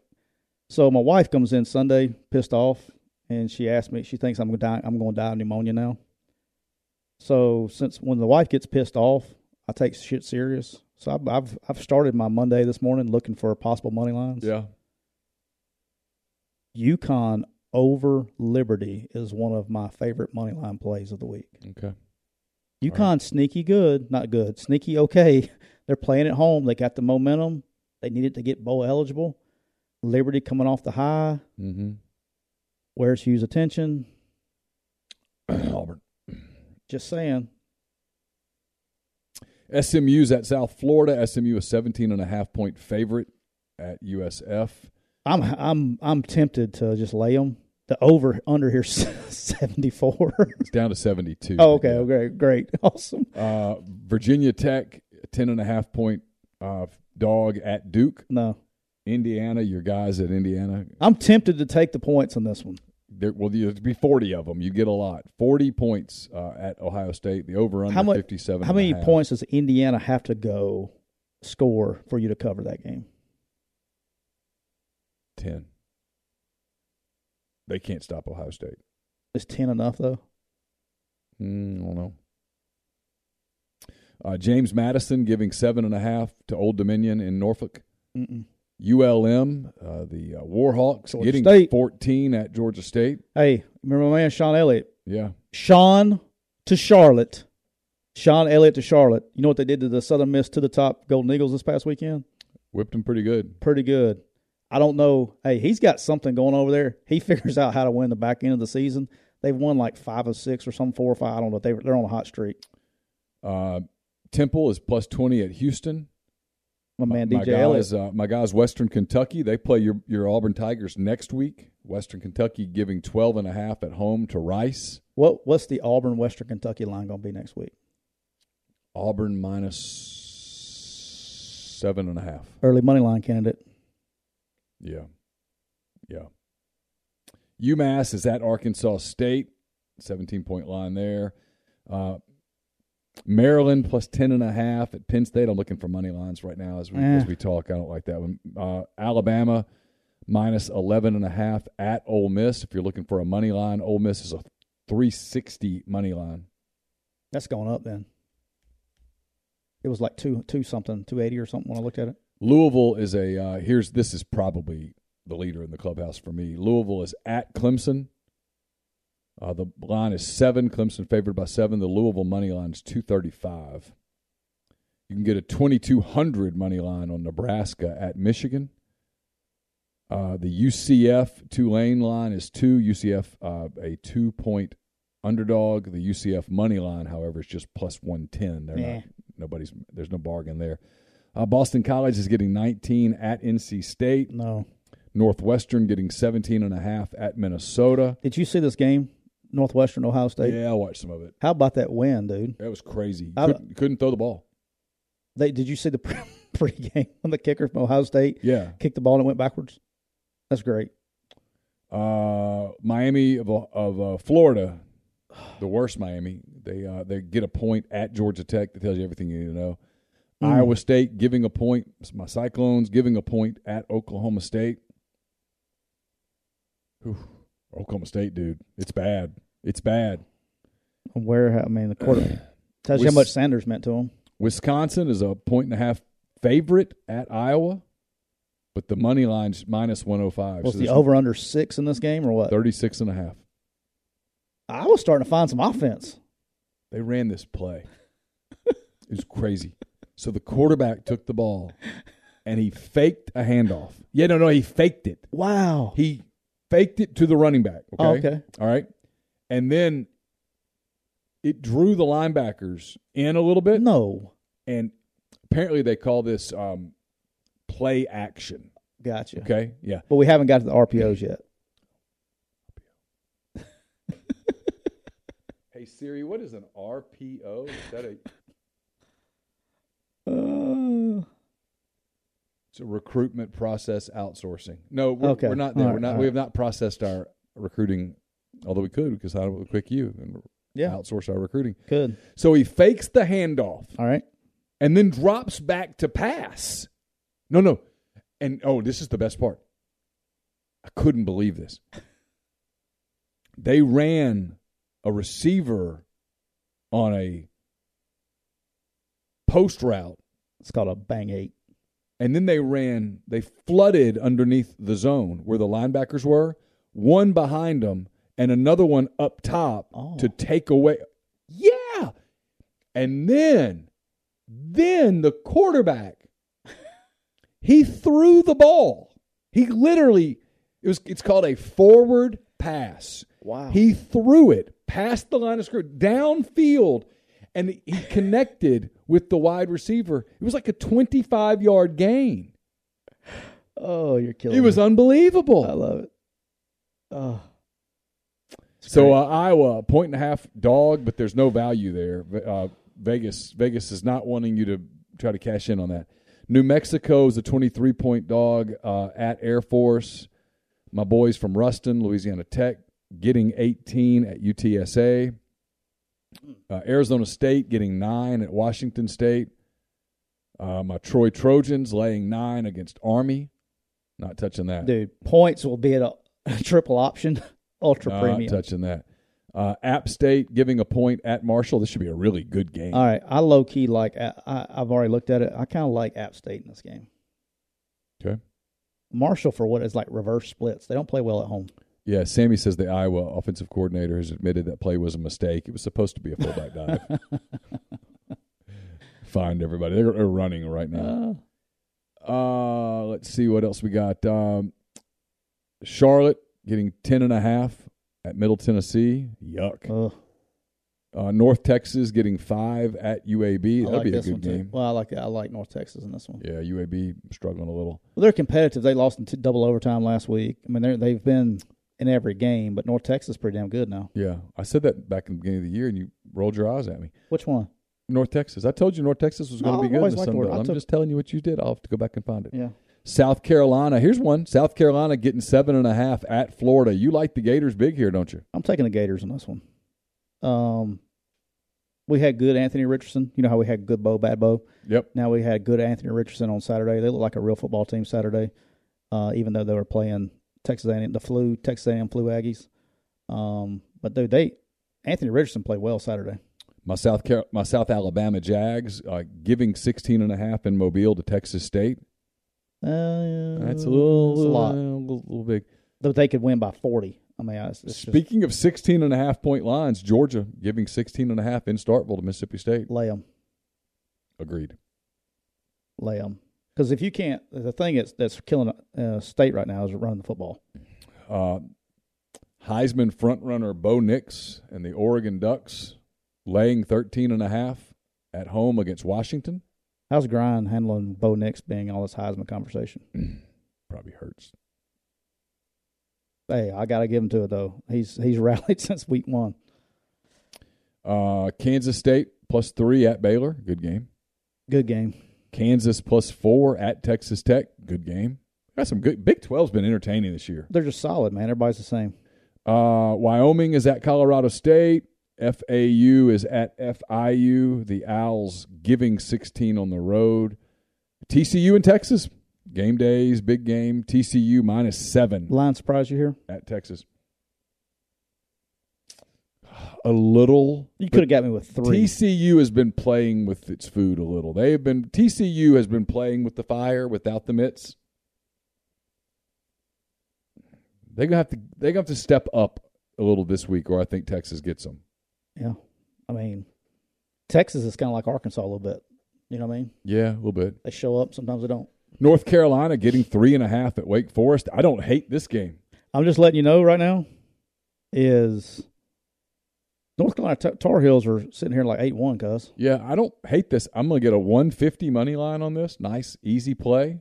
So my wife comes in Sunday, pissed off, and she asked me. She thinks I'm gonna die. I'm gonna die of pneumonia now. So since when the wife gets pissed off, I take shit serious. So I've I've, I've started my Monday this morning looking for possible money lines.
Yeah.
UConn over Liberty is one of my favorite money line plays of the week.
Okay.
UConn sneaky good, not good, sneaky okay. They're playing at home. They got the momentum. They needed to get bowl eligible. Liberty coming off the high.
Mm-hmm.
Where's Hughes' attention?
Auburn.
Just saying.
SMU's at South Florida. SMU a 17 and a half point favorite at USF.
I'm I'm I'm tempted to just lay them. The over under here seventy four.
It's down to 72.
oh, okay, okay, great, awesome.
Uh, Virginia Tech, 10.5 point uh, dog at Duke.
No,
Indiana, your guys at Indiana.
I'm tempted to take the points on this one.
There, well, there'd be 40 of them. You'd get a lot. 40 points uh, at Ohio State. The over under
How much-
57.
How many points does Indiana have to go score for you to cover that game?
10. They can't stop Ohio State.
Is ten enough though?
Mm, I don't know. Uh, James Madison giving seven and a half to Old Dominion in Norfolk.
Mm-mm.
ULM, uh, the uh, Warhawks,
Georgia
getting
State.
14 at Georgia State.
Hey, remember my man Sean Elliott?
Yeah.
Sean to Charlotte. Sean Elliott to Charlotte. You know what they did to the Southern Miss to the top Golden Eagles this past weekend?
Whipped them pretty good.
Pretty good. I don't know. Hey, he's got something going over there. He figures out how to win the back end of the season. They've won like five or six or some four or five. I don't know. They, they're on a hot streak.
Uh, Temple is plus 20 at Houston.
My man,
my
DJ Elliott.
guys, uh, my guys, Western Kentucky. They play your, your Auburn Tigers next week. Western Kentucky giving 12 and a half at home to Rice.
What, what's the Auburn Western Kentucky line going to be next week?
Auburn minus seven and a half.
Early money line candidate.
Yeah. Yeah. UMass is at Arkansas State, 17 point line there. Uh, Maryland plus 10.5 at Penn State. I'm looking for money lines right now as we,
Eh.
as we talk. I don't like that one. Uh, Alabama minus 11.5 at Ole Miss. If you're looking for a money line, Ole Miss is a 360 money line.
That's going up then. It was like two two something, two eighty or something when I looked at it.
Louisville is a uh, here's this is probably the leader in the clubhouse for me. Louisville is at Clemson. Uh, the line is seven. Clemson favored by seven. The Louisville money line is two thirty five. You can get a twenty two hundred money line on Nebraska at Michigan. Uh, the UCF Tulane line is two. UCF uh, a two point underdog. The UCF money line, however, is just plus one ten. They're
Yeah.
not nobody's. There's no bargain there. Uh, Boston College is getting 19 at NC State.
No.
Northwestern getting 17 and a half at Minnesota.
Did you see this game? Northwestern, Ohio State.
yeah, I watched some of it.
How about that win, dude?
That was crazy.
I-
Couldn't, couldn't throw the ball.
They did you see the pre- pregame when the kicker from Ohio State
Yeah.
kicked the ball and it went backwards? That's great.
Uh, Miami of of uh, Florida, the worst Miami. They uh, they get a point at Georgia Tech that tells you everything you need to know. Iowa State giving a point. My Cyclones giving a point at Oklahoma State. Whew. Oklahoma State, dude, it's bad. It's bad.
And where I mean the quarter tells you how
We-
much Sanders meant to him.
Wisconsin is a point and a half favorite at Iowa, but the money line's minus 105.
Was
so
the
there's
over under six in this game or what?
36 and a half.
I was starting to find some offense.
They ran this play. it was crazy. So the quarterback took the ball and he faked a handoff. Yeah, no, no, he faked it.
Wow.
He faked it to the running back. Okay.
Oh, okay.
All right. And then it drew the linebackers in a little bit.
No.
And apparently they call this um, play action.
Gotcha.
Okay. Yeah.
But we haven't got to the RPOs yet.
Hey Siri, what is an RPO? Is that a
Uh,
it's a recruitment process outsourcing? No, we're,
Okay.
we're not there.
All
we're
right,
not.
all
We have not processed our recruiting, although we could because I would click you and
yeah.
outsource our recruiting.
Good.
So he fakes the handoff
All right.
and then drops back to pass. No, no, and oh, this is the best part. I couldn't believe this. They ran a receiver on a post route.
It's called a bang eight.
And then they ran, they flooded underneath the zone where the linebackers were, one behind them and another one up top
Oh.
to take away. Yeah. And then, then the quarterback, he threw the ball. He literally, it was, it's called a forward pass.
Wow.
He threw it past the line of scrimmage, downfield, and he connected with the wide receiver. It was like a 25 yard gain.
Oh, you're killing
He was
me. I
unbelievable.
love it. Oh. It's
So
great.
uh, Iowa, point and a half dog, but there's no value there. Ve- Uh, Vegas, Vegas is not wanting you to try to cash in on that. New Mexico is a 23 point dog uh, at Air Force. My boys from Ruston, Louisiana Tech, getting 18 at UTSA. Uh, Arizona State getting nine at Washington State. Uh, my Troy Trojans laying nine against Army. Not touching that.
dude, points will be at a, a triple option, ultra
Not
premium.
touching that. Uh, App State giving a point at Marshall. This should be a really good game.
All right, I low key like I, I, I've already looked at it. I kind of like App State in this game.
Okay.
Marshall for what is like reverse splits. They don't play well at home.
Yeah, Sammy says the Iowa offensive coordinator has admitted that play was a mistake. It was supposed to be a fullback dive. Find everybody. They're, they're running right now.
Uh,
Uh, let's see what else we got. Um, Charlotte getting 10 and a half at Middle Tennessee. Yuck.
ugh,
Uh, North Texas getting five at UAB.
I
That'll
like
be a
this
good
one too.
game.
Well, I like I like North Texas in this one.
Yeah, UAB struggling a little.
Well, they're competitive. They lost in two, double overtime last week. I mean, they're, they've been in every game, but North Texas is pretty damn good now.
Yeah, I said that back in the beginning of the year, and you rolled your eyes at me.
Which one?
North Texas. I told you North Texas was going
No,
to be
I've
good in
always
the
liked
Sun
North-
Belt.
I
I'm
took-
just telling you what you did. I'll have to go back and find it.
Yeah.
South Carolina. Here's one. South Carolina getting seven and a half at Florida. You like the Gators big here, don't you?
I'm taking the Gators on this one. Um, we had good Anthony Richardson. You know how we had good Bo, bad Bo.
Yep.
Now we had good Anthony Richardson on Saturday. They look like a real football team Saturday, uh, even though they were playing Texas A&M, the flu, Texas A&M flu Aggies. Um, but dude, they Anthony Richardson played well Saturday.
My South Car- my South Alabama Jags uh, giving 16 and a half in Mobile to Texas State.
Uh,
That's a little,
it's a
uh,
lot.
little, little big.
But they could win by forty. I mean, it's, it's just
Speaking of 16 and a half point lines, Georgia giving 16 and a half in Starkville to Mississippi State.
lay them,
Agreed.
lay them. Because if you can't, the thing that's that's killing uh, state right now is running the football.
Uh, Heisman frontrunner Bo Nix and the Oregon Ducks laying 13 and a half at home against Washington.
How's Grind handling Bo Nix being all this Heisman conversation?
Probably hurts.
Hey, I gotta give him to it though. He's he's rallied since week one.
Uh, Kansas State plus three at Baylor. Good game.
Good game.
Kansas plus four at Texas Tech. Good game. Got some good. Big 12's been entertaining this year.
They're just solid, man. Everybody's the same.
Uh, Wyoming is at Colorado State. FAU is at FIU. The Owls giving 16 on the road. TCU in Texas. Game days, big game. TCU minus seven
Line surprise you here.
at Texas. A little.
You could have got me with three.
TCU has been playing with its food a little. They have been TCU has been playing with the fire without the mitts. They're gonna have to they're gonna have to step up a little this week, or I think Texas gets them.
yeah, I mean, Texas is kind of like Arkansas a little bit. You know what I mean?
Yeah, a little bit.
They show up sometimes. They don't.
North Carolina getting three and a half at Wake Forest. I don't hate this game.
I'm just letting you know right now. Is North Carolina T- Tar Heels are sitting here like eight one, cuz
Yeah, I don't hate this. I'm gonna get a 150 money line on this. Nice, easy play.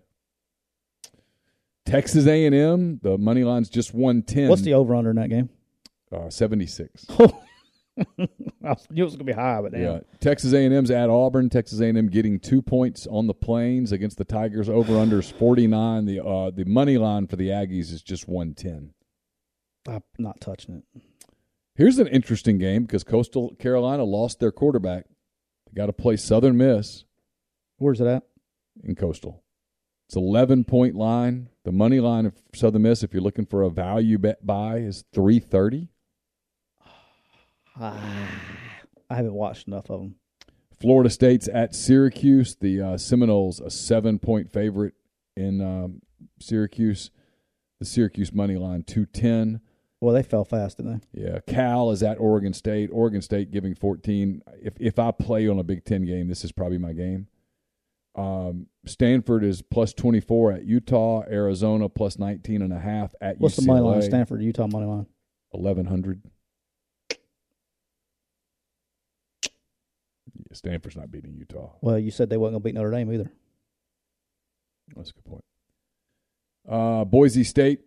Texas A&M. The money line's just 110.
what's the over under in that game?
uh, 76?
I knew it was gonna be high, but damn.
Yeah, Texas A&M's at Auburn. Texas A&M getting two points on the Plains against the Tigers. Over unders forty nine. The uh, the money line for the Aggies is just one ten.
I'm not touching it.
Here's an interesting game because Coastal Carolina lost their quarterback. They got to play Southern Miss
Where's it at?
in Coastal. It's eleven point line. The money line of Southern Miss, if you're looking for a value bet buy, is three thirty. Ah.
I haven't watched enough of them.
Florida State's at Syracuse. The uh, Seminoles a seven point favorite in um, Syracuse. The Syracuse money line two ten.
Well, they fell fast, didn't they?
Yeah, Cal is at Oregon State. Oregon State giving fourteen. If if I play on a Big Ten game, this is probably my game. Um, Stanford is plus twenty four at Utah. Arizona plus nineteen and a half at
What's
UCLA.
the money line? Stanford, Utah money line.
Eleven hundred. Yeah, Stanford's not beating Utah.
Well, you said they wasn't gonna beat Notre Dame either.
That's a good point. Uh, Boise State,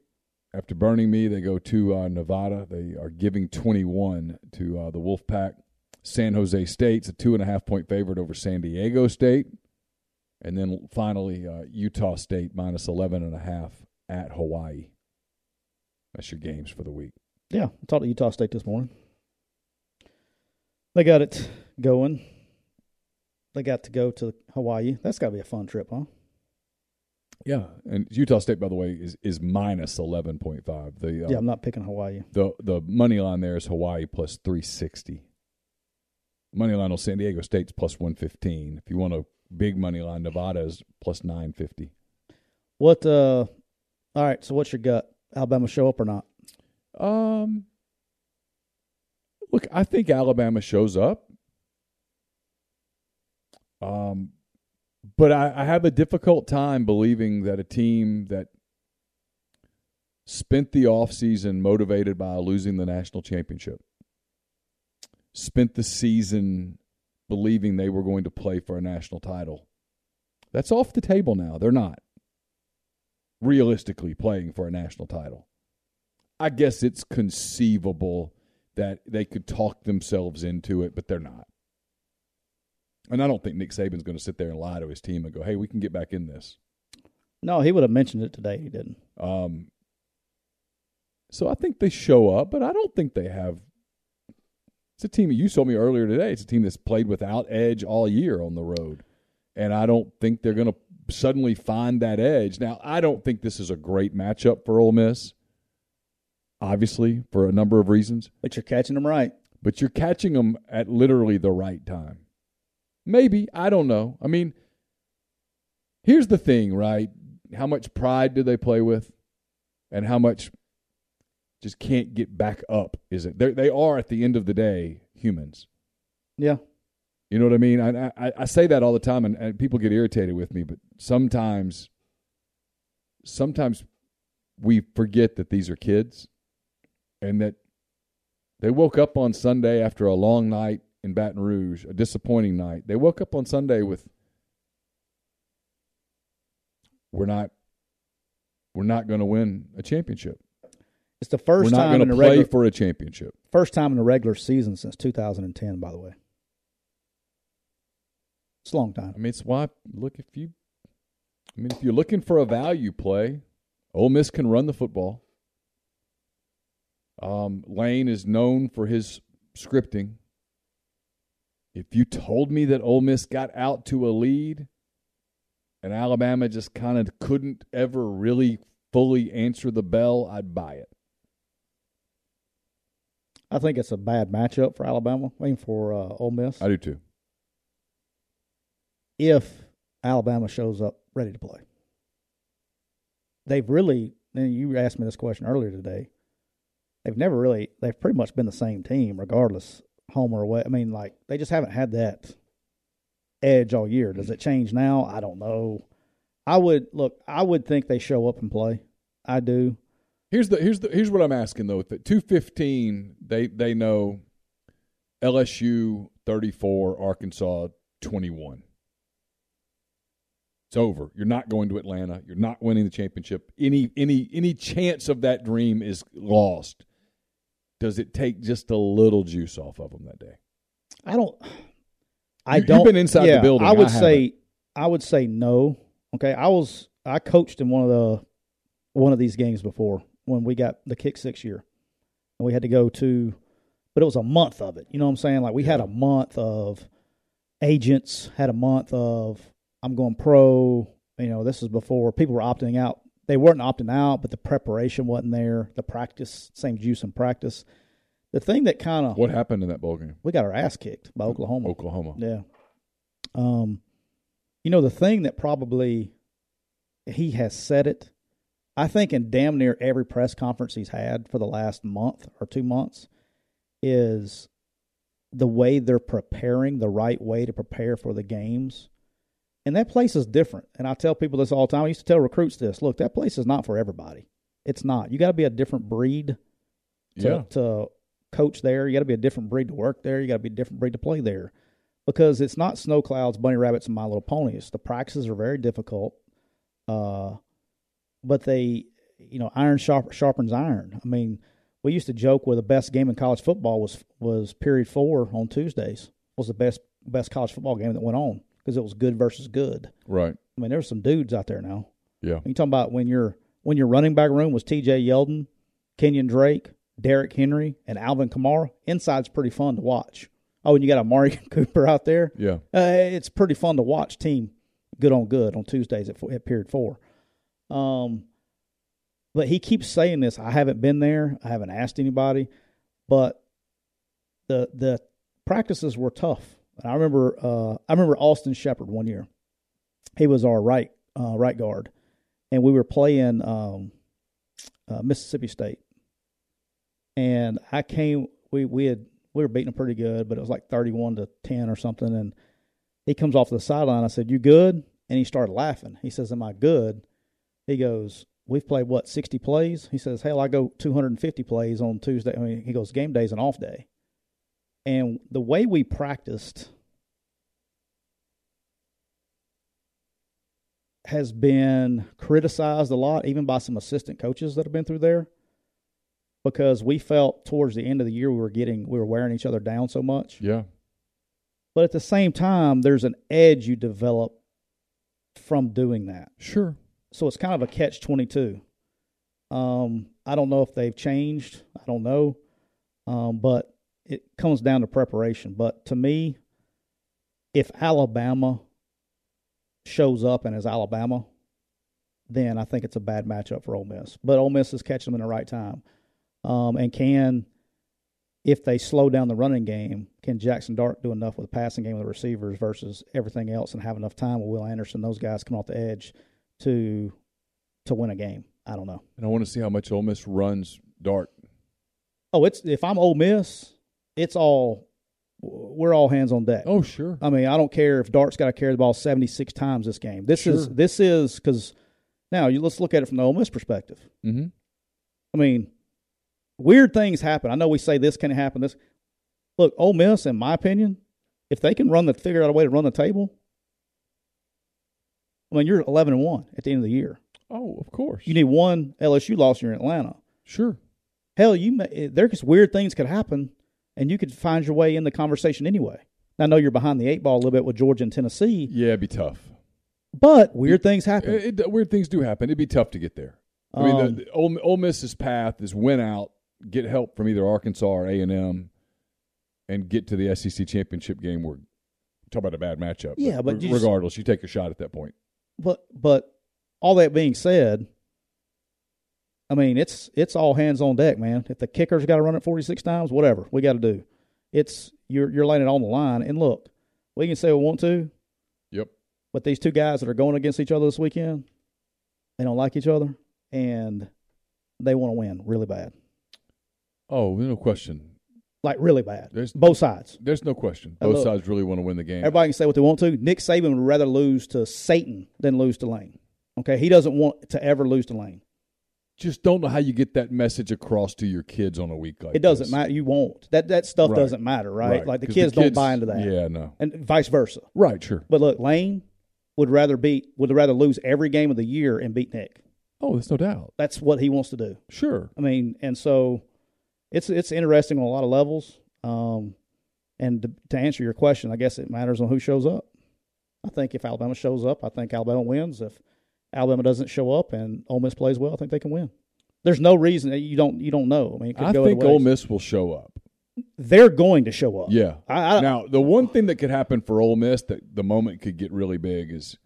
after burning me, they go to uh, Nevada. They are giving 21 to uh, the Wolfpack. San Jose State's a two and a half point favorite over San Diego State. And then finally, uh, Utah State minus 11 and a half at Hawaii. That's your games for the week.
Yeah, I talked to Utah State this morning. They got it going. They got to go to Hawaii. That's got to be a fun trip, huh?
Yeah. And Utah State, by the way, is, is minus 11.5. The, uh,
Yeah, I'm not picking Hawaii.
The the money line there is Hawaii plus three sixty. Money line on San Diego State's plus one fifteen. If you want a big money line, Nevada is plus nine fifty.
What? uh All right. So, what's your gut? Alabama show up or not?
Um, look, I think Alabama shows up. Um, but I, I have a difficult time believing that a team that spent the offseason motivated by losing the national championship, spent the season believing they were going to play for a national title. That's off the table now. They're not realistically playing for a national title. I guess it's conceivable that they could talk themselves into it, but they're not. And I don't think Nick Saban's going to sit there and lie to his team and go, "Hey, we can get back in this."
No, he would have mentioned it today. He didn't.
Um, so I think they show up, but I don't think they have. It's a team you told me earlier today. It's a team that's played without edge all year on the road, and I don't think they're going to suddenly find that edge. Now, I don't think this is a great matchup for Ole Miss. Obviously, for a number of reasons.
But you're catching them right.
but you're catching them at literally the right time. Maybe, I don't know. I mean, here's the thing, right? How much pride do they play with? And how much just can't get back up is it? They're, they are, at the end of the day, humans.
Yeah.
You know what I mean? I, I, I say that all the time, and, and people get irritated with me, but sometimes, sometimes we forget that these are kids and that they woke up on Sunday after a long night in Baton Rouge, a disappointing night. They woke up on Sunday with we're not we're not going to win a championship.
It's the 1st
we're not
time
going
in
to
the
play
regular
for a championship.
first time in the regular season since 2010. By the way, it's a long
I
time.
mean, it's why look if you I mean, if you're looking for a value play, Ole Miss can run the football. Um, Lane is known for his scripting. If you told me that Ole Miss got out to a lead and Alabama just kind of couldn't ever really fully answer the bell, I'd buy it.
I think it's a bad matchup for Alabama. I mean, for uh, Ole Miss,
I do too.
if Alabama shows up ready to play, they've really. And you asked me this question earlier today. They've never really. They've pretty much been the same team, regardless home or away. I mean, like they just haven't had that edge all year. Does it change now? I don't know. I would look. I would think they show up and play. I do.
Here's the here's the here's what I'm asking though. With two fifteen, they they know LSU thirty four, Arkansas twenty one. It's over. You're not going to Atlanta. You're not winning the championship. Any any any chance of that dream is lost. Does it take just a little juice off of them that day?
I don't. I
You- you've
don't.
been inside the
yeah,
building.
I would
I
say. I would say no. Okay, I was. I coached in one of the one of these games before when we got the kick six year, and we had to go to, but it was a month of it. You know what I'm saying? Like we had a month of agents, had a month of I'm going pro. You know, this is before people were opting out. They weren't opting out, but the preparation wasn't there. The practice, same juice in practice. The thing that kind of
What happened in that bowl game?
we got our ass kicked by Oklahoma.
Oklahoma.
Yeah. Um, you know, the thing that probably he has said it, I think in damn near every press conference he's had for the last month or two months, is the way they're preparing, the right way to prepare for the games. And that place is different. And I tell people this all the time. I used to tell recruits this look, that place is not for everybody. It's not. You got to be a different breed to,
Yeah.
to coach there. You got to be a different breed to work there. You got to be a different breed to play there because it's not snow clouds, bunny rabbits, and My Little Ponies. The practices are very difficult. Uh, but they, you know, iron sharp, sharpens iron. I mean, we used to joke where the best game in college football was was period four on Tuesdays was the best best college football game that went on because it was good versus good.
Right.
I mean, there's some dudes out there now.
Yeah.
You talking about when your when your running back room was T.J. Yeldon, Kenyon Drake, Derek Henry, and Alvin Kamara. Inside's pretty fun to watch. Oh, and you got Amari Cooper out there.
Yeah.
Uh, it's pretty fun to watch team good on good on Tuesdays at, at period four. Um, but he keeps saying this. I haven't been there. I haven't asked anybody, but the the practices were tough. And I remember uh, I remember Austin Shepard one year. He was our right uh, right guard, and we were playing um, uh, Mississippi State. And I came. We we had we were beating them pretty good, but it was like thirty one to ten or something. And he comes off the sideline. I said, "You good?" And he started laughing. He says, "Am I good?" He goes, "We've played what sixty plays?" He says, "Hell, I go two hundred and fifty plays on Tuesday." I mean, he goes, "Game day's an off day," and the way we practiced has been criticized a lot, even by some assistant coaches that have been through there, because we felt towards the end of the year we were getting we were wearing each other down so much.
Yeah.
But at the same time, there's an edge you develop from doing that.
Sure.
So it's kind of a catch 22. Um, I don't know if they've changed. I don't know. Um, but it comes down to preparation. But to me, if Alabama shows up and is Alabama, then I think it's a bad matchup for Ole Miss. But Ole Miss is catching them in the right time um, and can if they slow down the running game, can Jackson Dart do enough with the passing game of the receivers versus everything else and have enough time with Will Anderson, those guys coming off the edge to to win a game? I don't know.
And I want to see how much Ole Miss runs dart.
Oh, it's if I'm Ole Miss, it's all we're all hands on deck.
Oh, sure.
I mean, I don't care if Dart's got to carry the ball 76 times this game. This is
Sure.
this is because now you let's look at it from the Ole Miss perspective.
Mm-hmm.
I mean, weird things happen. I know we say this can happen. This look, Ole Miss, in my opinion, if they can run the figure out a way to run the table, I mean, you're eleven and one at the end of the year.
Oh, of course.
You need one LSU loss. You're in Atlanta.
sure.
Hell, you may, eh, there just weird things could happen, and you could find your way in the conversation anyway. Now, I know you're behind the eight ball a little bit with Georgia and Tennessee,
Yeah, it'd be tough.
but weird things happen.
It, it- weird things do happen. It'd be tough to get there. I mean,
Um,
the, the Ole, Ole Miss's path is win out, get help from either Arkansas or A and M, and get to the SEC championship game. Where talk about a bad matchup.
Yeah, but
re-
you just-
regardless, you take a shot at that point.
but but all that being said, I mean it's it's all hands on deck, man. If the kicker's got to run it forty six times, whatever we got to do, it's you're you're laying it on the line. And look, we can say we want to,
Yep.
but these two guys that are going against each other this weekend, they don't like each other, and they want to win really bad,
Oh, no question.
like really bad.
There's-
Both sides.
There's no question.
Hey,
Both
look.
sides really want to win the game.
Everybody can say what they want to. Nick Saban would rather lose to Satan than lose to Lane. Okay, he doesn't want to ever lose to Lane.
just don't know how you get that message across to your kids on a week like
it doesn't
this.
matter. You won't. That that stuff
Right.
doesn't matter, right? Like the
'Cause
kids, don't buy into that,
Yeah, no.
and vice versa.
Right, sure.
But look, Lane would rather beat would rather lose every game of the year and beat Nick.
Oh, there's no doubt.
That's what he wants to do.
Sure.
I mean, and so it's it's interesting on a lot of levels. Um, and to, to answer your question, I guess it matters on who shows up. I think if Alabama shows up, I think Alabama wins. If Alabama doesn't show up and Ole Miss plays well, I think they can win. There's no reason that you don't you don't know. I mean, it could
I
go either
think Ole
ways.
Miss will show up.
they're going to show up.
Yeah.
I, I,
now, the one thing that could happen for Ole Miss that the moment could get really big is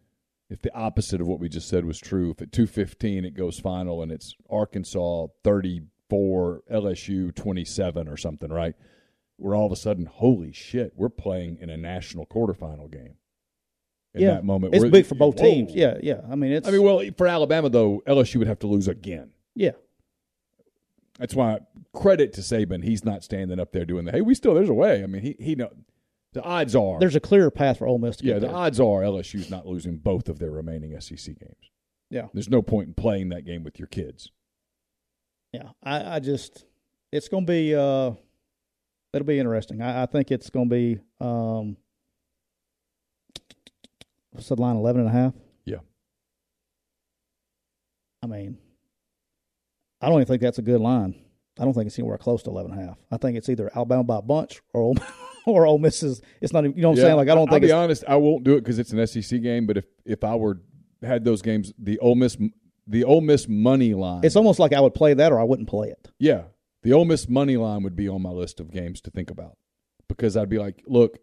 if the opposite of what we just said was true. If at 215 it goes final and it's Arkansas 34, LSU 27 or something, right? We're all of a sudden, holy shit, we're playing in a national quarterfinal game. In
yeah.
that moment,
it's
we're-
big for both
Whoa.
teams. Yeah, yeah. I mean, it's
I mean, well, for Alabama though, LSU would have to lose again.
yeah,
That's why credit to Saban, he's not standing up there doing the hey, we still there's a way. I mean, he he know the odds are
there's a clearer path for Ole Miss to
yeah,
get
the
there.
odds are LSU's not losing both of their remaining SEC games.
Yeah.
There's no point in playing that game with your kids.
yeah. I, I just it's going to be uh, it'll be interesting. I, I think it's going to be um, what's the line 11 and a half?
Yeah.
I mean, I don't even think that's a good line. I don't think it's anywhere close to 11 and a half. I think it's either Alabama by a bunch or Ole, or Ole Miss is. It's not. even- You know what I'm saying? Like I don't
I'll
think
be
it's.
honest. I won't do it because it's an SEC game. But if if I were had those games, the Ole Miss the Ole Miss money line.
It's almost like I would play that or I wouldn't play it.
yeah, the Ole Miss money line would be on my list of games to think about because I'd be like, look,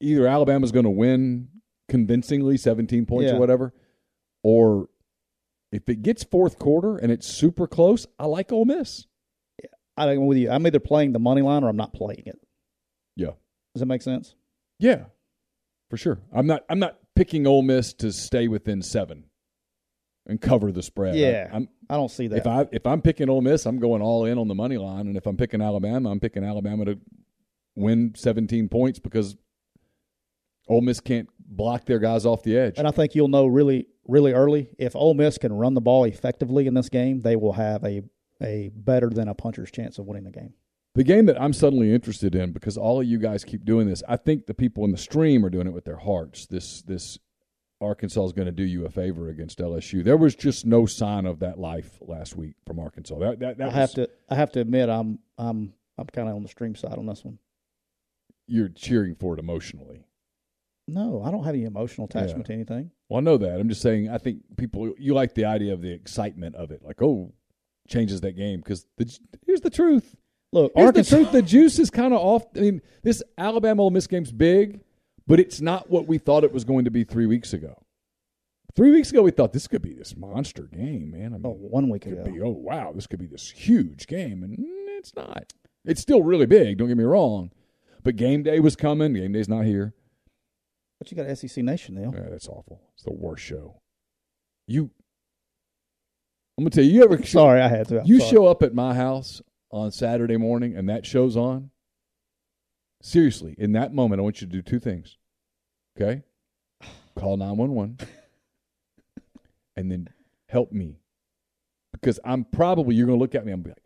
either Alabama's going to win convincingly, seventeen points
Yeah.
or whatever, or if it gets fourth quarter and it's super close, I like Ole Miss.
I, I'm with you. I'm either playing the money line or I'm not playing it.
Yeah.
Does that make sense?
Yeah, for sure. I'm not. I'm not picking Ole Miss to stay within seven and cover the spread.
Yeah.
I, am
I don't see that.
if I if I'm picking Ole Miss, I'm going all in on the money line, and if I'm picking Alabama, I'm picking Alabama to win 17 points because Ole Miss can't block their guys off the edge.
And I think you'll know really, really early if Ole Miss can run the ball effectively in this game, they will have a a better than a puncher's chance of winning the game.
The game that I'm suddenly interested in because all of you guys keep doing this. I think the people in the stream are doing it with their hearts. This this Arkansas is going to do you a favor against LSU. There was just no sign of that life last week from Arkansas. That that, that
I
was,
have to, I have to admit, I'm, I'm, I'm kind of on the stream side on this one.
You're cheering for it emotionally.
No, I don't have any emotional attachment to anything.
Well, I know that. I'm just saying. I think people you like the idea of the excitement of it. Like, oh, changes that game because the, here's the truth.
Look,
Here's
Arkansas.
the truth. The juice is kind of off. I mean, this Alabama Ole Miss game's big, but it's not what we thought it was going to be three weeks ago. Three weeks ago, we thought this could be this monster game, man. I mean,
Oh, one week
could
ago.
be, oh, wow, this could be this huge game. And mm, it's not. It's still really big, don't get me wrong. But game day was coming. Game day's not here.
But you got SEC Nation now.
Yeah, that's awful. It's the worst show. You, I'm going to tell you, you ever
Sorry, I had to. I'm
you
sorry.
show up at my house on Saturday morning and that show's on. Seriously, in that moment, I want you to do two things. Okay? Call 911 and then help me. Because I'm probably, you're going to look at me and be like,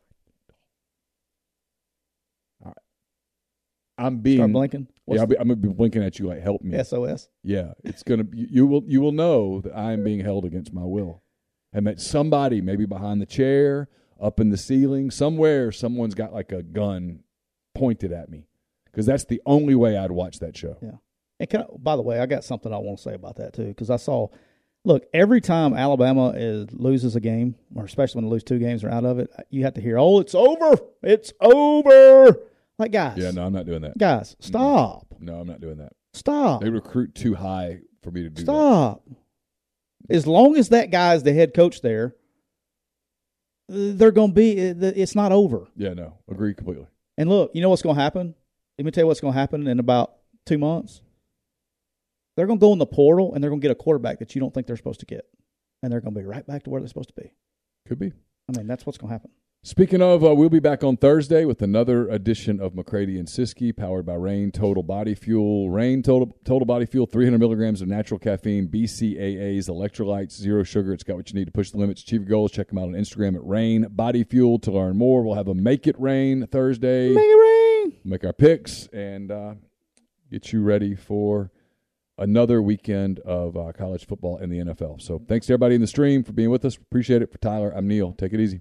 all right. I'm being,
Start blinking.
yeah,
What's
I'll be, I'm going to be blinking at you like, help me.
the SOS.
Yeah, it's gonna. You, you will. You will know that I am being held against my will, and that somebody, maybe behind the chair, up in the ceiling, somewhere, someone's got like a gun pointed at me, because that's the only way I'd watch that show.
Yeah. And can I, by the way, I got something I want to say about that too, because I saw, look, every time Alabama is loses a game, or especially when they lose two games or out of it, you have to hear, "Oh, it's over, it's over." Like guys,
Yeah, no, I'm not doing that.
guys, stop,
No, I'm not doing that.
stop,
They recruit too high for me to do that.
stop. As long as that guy's the head coach there, they're going to be. eh, It's not over.
Yeah, no, agree completely.
And look, you know what's going to happen? Let me tell you what's going to happen in about two months. They're going to go in the portal and they're going to get a quarterback that you don't think they're supposed to get. And they're going to be right back to where they're supposed to be.
Could be.
I mean, that's what's going to happen.
Speaking of, uh, we'll be back on Thursday with another edition of McCready and Siski, powered by Rain Total Body Fuel. Rain Total Total Body Fuel, 300 milligrams of natural caffeine, BCAAs, electrolytes, zero sugar. It's got what you need to push the limits, achieve your goals. Check them out on Instagram at Rain Body Fuel to learn more. We'll have a Make It Rain Thursday. Make it rain. Make our picks and uh, get you ready for another weekend of uh, college football and the NFL. So thanks to everybody in the stream for being with us. Appreciate it. For Tyler, I'm Neil. Take it easy.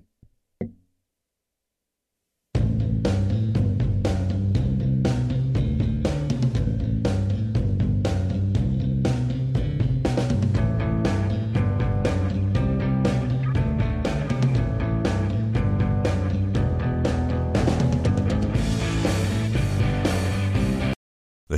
The